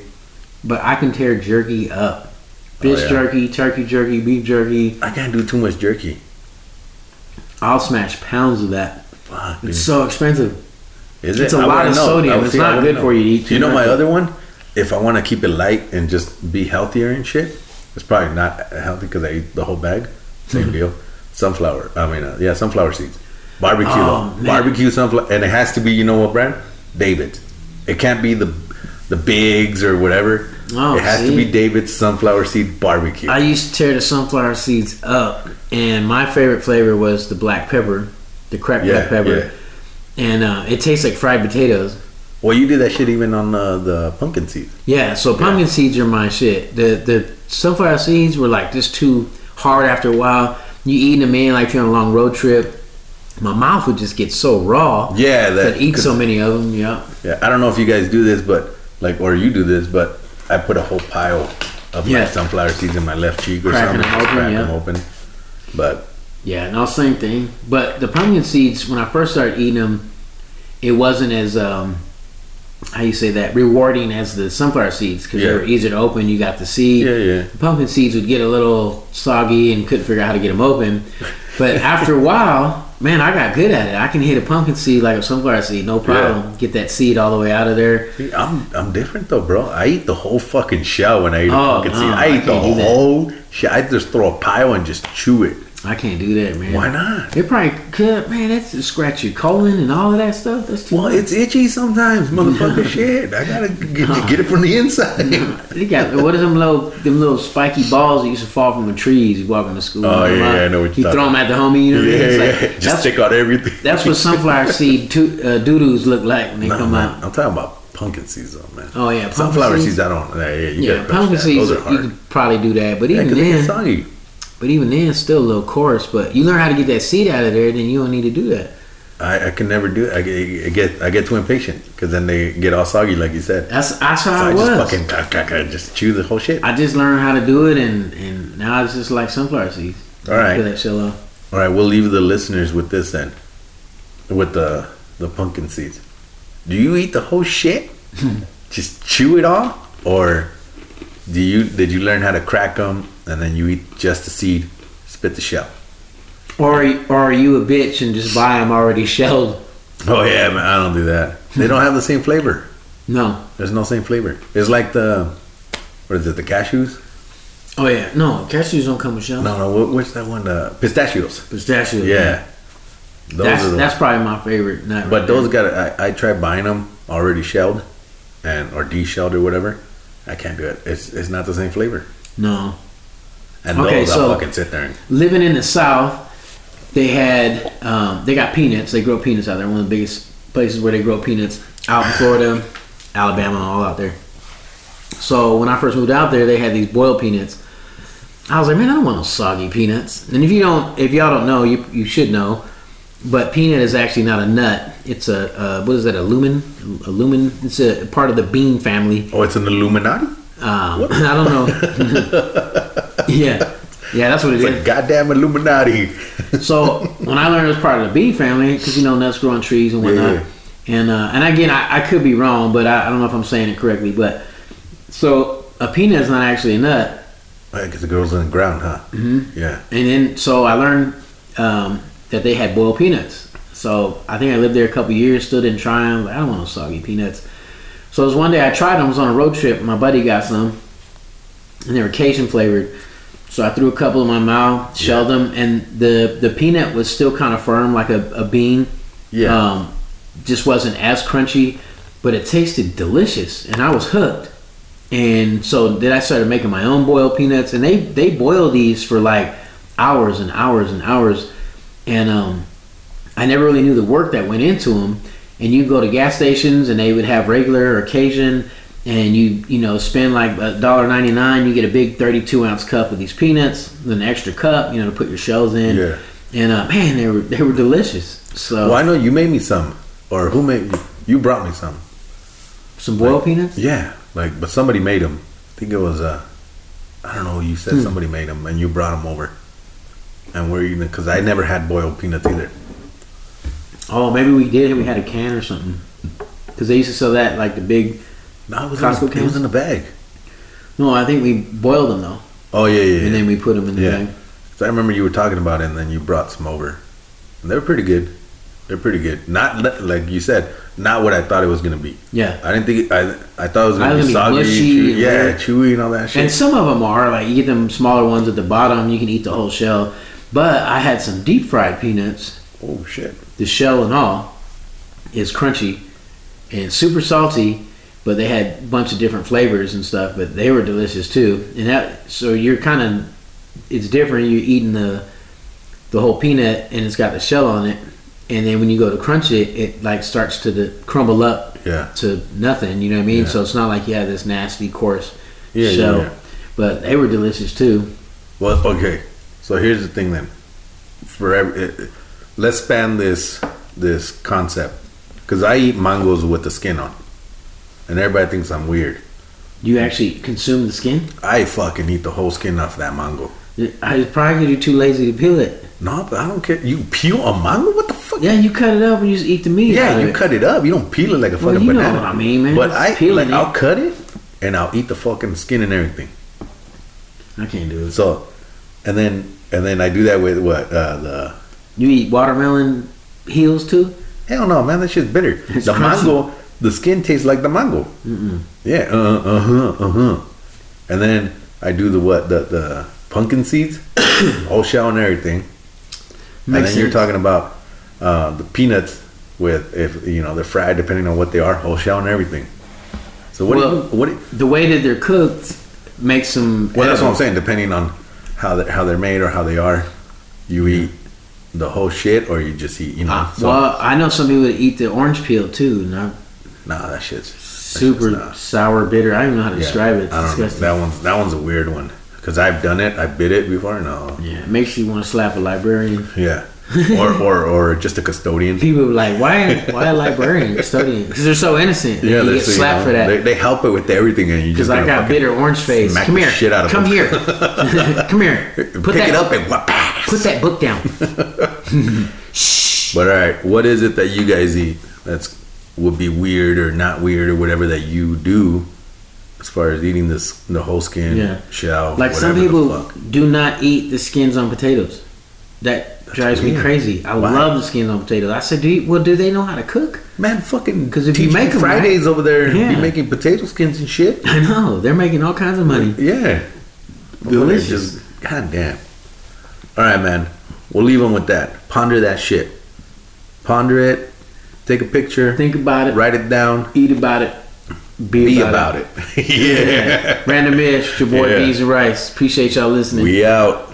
S2: but I can tear jerky up. Fish
S1: Oh, yeah.
S2: jerky, turkey jerky, beef jerky.
S1: I can't do too much jerky.
S2: I'll smash pounds of that.
S1: Fuck, dude.
S2: It's so expensive.
S1: Is
S2: It's a lot
S1: wouldn't
S2: of
S1: know.
S2: sodium.
S1: I would
S2: It's
S1: say I
S2: not
S1: wouldn't
S2: good for you to eat too
S1: You know my
S2: much.
S1: other one? If I want to keep it light and just be healthier and shit, it's probably not healthy because I eat the whole bag. Same deal. Sunflower. I mean, uh, yeah, sunflower seeds. Barbecue.
S2: Oh,
S1: though.
S2: man.
S1: Barbecue sunflower, and it has to be. You know what brand? David. It can't be the the bigs or whatever.
S2: Oh,
S1: it has
S2: see.
S1: to be David's sunflower seed barbecue.
S2: I used to tear the sunflower seeds up, and my favorite flavor was the black pepper, the cracked
S1: Yeah,
S2: black pepper, and uh, it tastes like fried potatoes.
S1: well, you did that shit even on uh, the pumpkin seeds.
S2: Yeah, so pumpkin seeds are my shit. The the sunflower seeds were like just too hard after a while. You eating them in like if you're on a long road trip, my mouth would just get so raw.
S1: Yeah,
S2: that
S1: that
S2: I'd eat so many of them. Yeah,
S1: Yeah, I don't know if you guys do this, but like, or you do this, but I put a whole pile of my
S2: Yeah.
S1: sunflower seeds in my left cheek or
S2: Crack 'em
S1: something, just
S2: open,
S1: crack
S2: yeah.
S1: them open. But
S2: yeah, no same thing. But the pumpkin seeds, when I first started eating them, it wasn't as um, how you say that rewarding as the sunflower seeds because
S1: Yeah.
S2: they were easier to open. You got the seed.
S1: yeah, yeah,
S2: pumpkin seeds would get a little soggy and couldn't figure out how to get them open. But after a while, man, I got good at it. I can hit a pumpkin seed like a sunflower seed, no problem. Get that seed all the way out of there.
S1: See, I'm I'm different though, bro. I eat the whole fucking shell when I eat a
S2: Oh,
S1: pumpkin
S2: no,
S1: seed. I
S2: I
S1: eat the
S2: can't do that.
S1: whole shit. I just throw a pile and just chew it.
S2: I can't do that, man.
S1: Why not?
S2: They probably could, man. That's just scratch your colon and all of that stuff. That's too.
S1: Well, it's itchy sometimes, motherfucker. shit, I gotta get, get it from the inside.
S2: You got what are them little them little spiky balls that used to fall from the trees walking to school?
S1: Oh, yeah, yeah, I know what you're
S2: You
S1: talking
S2: throw them at the homie, you know what I mean? It's like,
S1: just
S2: that's,
S1: take out everything.
S2: that's what sunflower seed to, uh, doo-doos look like when they
S1: No,
S2: come
S1: man,
S2: out.
S1: I'm talking about pumpkin seeds, though, man.
S2: Oh, yeah, pumpkin
S1: sunflower
S2: seeds?
S1: seeds. I don't. Yeah, yeah, you
S2: Yeah,
S1: gotta
S2: pumpkin
S1: pumpkin
S2: seeds,
S1: Those
S2: you
S1: are hard.
S2: could probably do that, but
S1: Yeah,
S2: even
S1: 'cause they
S2: then,
S1: can soggy.
S2: but even then, it's still a little coarse. But you learn how to get that seed out of there, then you don't need to do that.
S1: I, I can never do. It. I get I get, I get too impatient because then they get all soggy, like you said.
S2: That's that's how
S1: So
S2: I,
S1: I
S2: was.
S1: just fucking I, just chew the whole shit.
S2: I just learned how to do it, and and now it's just like sunflower seeds.
S1: All right.
S2: Peel that shell off.
S1: All right, we'll leave the listeners with this then, with the the pumpkin seeds. Do you eat the whole shit? Just chew it all, or do you did you learn how to crack them and then you eat just the seed, spit the shell?
S2: Or or are you a bitch and just buy them already shelled?
S1: Oh yeah, man, I don't do that. They don't have the same flavor.
S2: No.
S1: There's no same flavor. It's like the what is it? The cashews?
S2: Oh yeah. No, cashews don't come with shells.
S1: No, no. What, what's that one? Uh, pistachios.
S2: Pistachios.
S1: Yeah, those
S2: that's
S1: the
S2: that's probably my favorite nut.
S1: But
S2: right
S1: those got I, I tried buying them already shelled, and or de-shelled or whatever. I can't do it. It's it's not the same flavor.
S2: there. no.
S1: And
S2: Okay,
S1: those
S2: so-
S1: I'll fucking sit there and
S2: Living in the South, they had um, they got peanuts. They grow peanuts out there. One of the biggest places where they grow peanuts out in Florida, Alabama, all out there. So when I first moved out there, they had these boiled peanuts. I was like, man, I don't want no soggy peanuts. And if you don't, if y'all don't know, you you should know. But peanut is actually not a nut. It's a uh, what is that? A lumen? A lumen? It's a part of the bean family.
S1: oh, it's an Illuminati.
S2: Um, I don't know. yeah, yeah, that's what it
S1: It's
S2: is.
S1: a goddamn Illuminati.
S2: So when I learned it was part of the bee family, because you know nuts grow on trees and whatnot,
S1: Yeah.
S2: and uh, and again I, I could be wrong, but I, I don't know if I'm saying it correctly. But so a peanut is not actually a nut,
S1: Because the girls in the ground, huh? Mm-hmm. Yeah.
S2: and then so I learned um, that they had boiled peanuts. So I think I lived there a couple years, still didn't try them. Like, I don't want no soggy peanuts. So it was one day I tried them. I was on a road trip. My buddy got some, and they were Cajun flavored. So I threw a couple in my mouth, shelled them, and the the peanut was still kind of firm, like a, a bean.
S1: Yeah.
S2: Um, just wasn't as crunchy, but it tasted delicious, and I was hooked. And so then I started making my own boiled peanuts, and they they boil these for like hours and hours and hours, and um, I never really knew the work that went into them. And you go to gas stations, and they would have regular or occasion, and you you know spend like a dollar ninety nine, you get a big thirty two ounce cup of these peanuts, an extra cup, you know, to put your shells in.
S1: Yeah.
S2: And uh, man, they were they were delicious. So
S1: well, I know you made me some, or who made you brought me some?
S2: some boiled peanuts.
S1: Yeah, like but somebody made them. I think it was uh, I don't know. You said
S2: Hmm.
S1: somebody made them, and you brought them over, and we're eating because I never had boiled peanuts either.
S2: Oh, maybe we did. We had a can or something. Because they used to sell that like the big.
S1: No, it was,
S2: Costco
S1: in the, it
S2: cans?
S1: was in the bag.
S2: No, I think we boiled them though,
S1: Oh yeah, yeah. yeah.
S2: and then we put them in the
S1: Yeah.
S2: bag.
S1: So I remember you were talking about it, and then you brought some over. And they're pretty good. They're pretty good. Not li- like you said, not what I thought it was gonna be.
S2: Yeah.
S1: I didn't think it, I. I thought it was
S2: I
S1: gonna
S2: was
S1: be
S2: gonna be
S1: soggy,
S2: mushy
S1: chewy,
S2: and
S1: yeah,
S2: weird.
S1: chewy and all that shit.
S2: And some of them are like you get them smaller ones at the bottom. You can eat the whole shell. But I had some deep fried peanuts.
S1: oh shit!
S2: The shell and all is crunchy and super salty. But they had a bunch of different flavors and stuff. But they were delicious too. And that so you're kind of it's different. You're eating the the whole peanut and it's got the shell on it. And then when you go to crunch it, it like starts to the, crumble up
S1: Yeah.
S2: to nothing. You know what I mean?
S1: Yeah.
S2: So it's not like you have this nasty coarse
S1: Yeah, yeah,
S2: shell.
S1: yeah.
S2: But they were delicious too.
S1: Well, okay. So here's the thing then. For every, it, it- let's span this this concept because I eat mangoes with the skin on, and everybody thinks I'm weird.
S2: You actually consume the skin.
S1: I fucking eat the whole skin off that mango.
S2: I it's probably 'cause you're too lazy to peel it.
S1: No, but I don't care. You peel a mango? What the fuck?
S2: Yeah, you cut it up and you just eat the meat. out
S1: Yeah,
S2: of
S1: you
S2: it.
S1: cut it up. You don't peel it like a
S2: Well,
S1: fucking
S2: you know
S1: banana.
S2: what I mean, man.
S1: But
S2: It's
S1: I
S2: peeling
S1: like
S2: it.
S1: I'll cut it and I'll eat the fucking skin and everything.
S2: I can't do it.
S1: So, and then and then I do that with what uh, the
S2: You eat watermelon heels too.
S1: hell no, man. That shit's bitter.
S2: It's
S1: the
S2: crunchy.
S1: mango, the skin tastes like the mango. uh-huh, Yeah. Uh uh huh. Uh huh. And then I do the what the the pumpkin seeds, whole shell and everything. and
S2: Makes
S1: then you're
S2: sense.
S1: talking about uh, the peanuts with if you know they're fried depending on what they are, whole shell and everything. So what?
S2: Well-
S1: do you, what? do you-
S2: The way that they're cooked makes them.
S1: well, that's what I'm
S2: edible.
S1: saying. Depending on how they how they're made or how they are, you eat the whole shit or you just eat. You know,
S2: I,
S1: Ah, so
S2: Ah, well, I know some people that eat the orange peel too, and I'm
S1: nah, that shit's that shit's
S2: super
S1: nah.
S2: sour, bitter. I don't even know how to
S1: Yeah,
S2: describe it. It's
S1: I don't know.
S2: disgusting.
S1: That one's that one's a weird one because I've done it. I bit it before. No,
S2: Yeah, it makes you want to slap a librarian.
S1: yeah, or or or just a custodian.
S2: People are like, why, why a librarian studying? Because they're so innocent. Yeah, you
S1: they're
S2: get
S1: so, you
S2: slapped
S1: know,
S2: for
S1: They,
S2: that.
S1: they help it with everything, and you just
S2: Because I
S1: gonna
S2: got
S1: fucking
S2: bitter orange face.
S1: smack
S2: Come
S1: the
S2: here.
S1: shit out of
S2: Come
S1: them.
S2: here. Come here. Put
S1: pick
S2: that,
S1: it up and whap.
S2: Put that book down.
S1: But all right, what is it that you guys eat that's would be weird or not weird or whatever that you do as far as eating this the whole skin
S2: Yeah.
S1: shell?
S2: Like some
S1: whatever the
S2: people
S1: fuck.
S2: do not eat the skins on potatoes. That drives me
S1: weird.
S2: crazy. I
S1: Why?
S2: love the skins on potatoes. I said, do you, well, do they know how to cook?
S1: man, fucking
S2: 'Cause if you
S1: teach
S2: make 'em right-
S1: Fridays over there,
S2: Yeah.
S1: be making potato skins and shit.
S2: I know they're making all kinds of money.
S1: Yeah.
S2: Delicious.
S1: Just, God damn. All right, man. We'll leave them with that. Ponder that shit. Ponder it. Take a picture.
S2: Think about it.
S1: Write it down.
S2: Eat about it. Be,
S1: Be
S2: about,
S1: about it. yeah.
S2: it. Random ish. Your boy
S1: Yeah.
S2: Beans and Rice. Appreciate y'all listening.
S1: We out.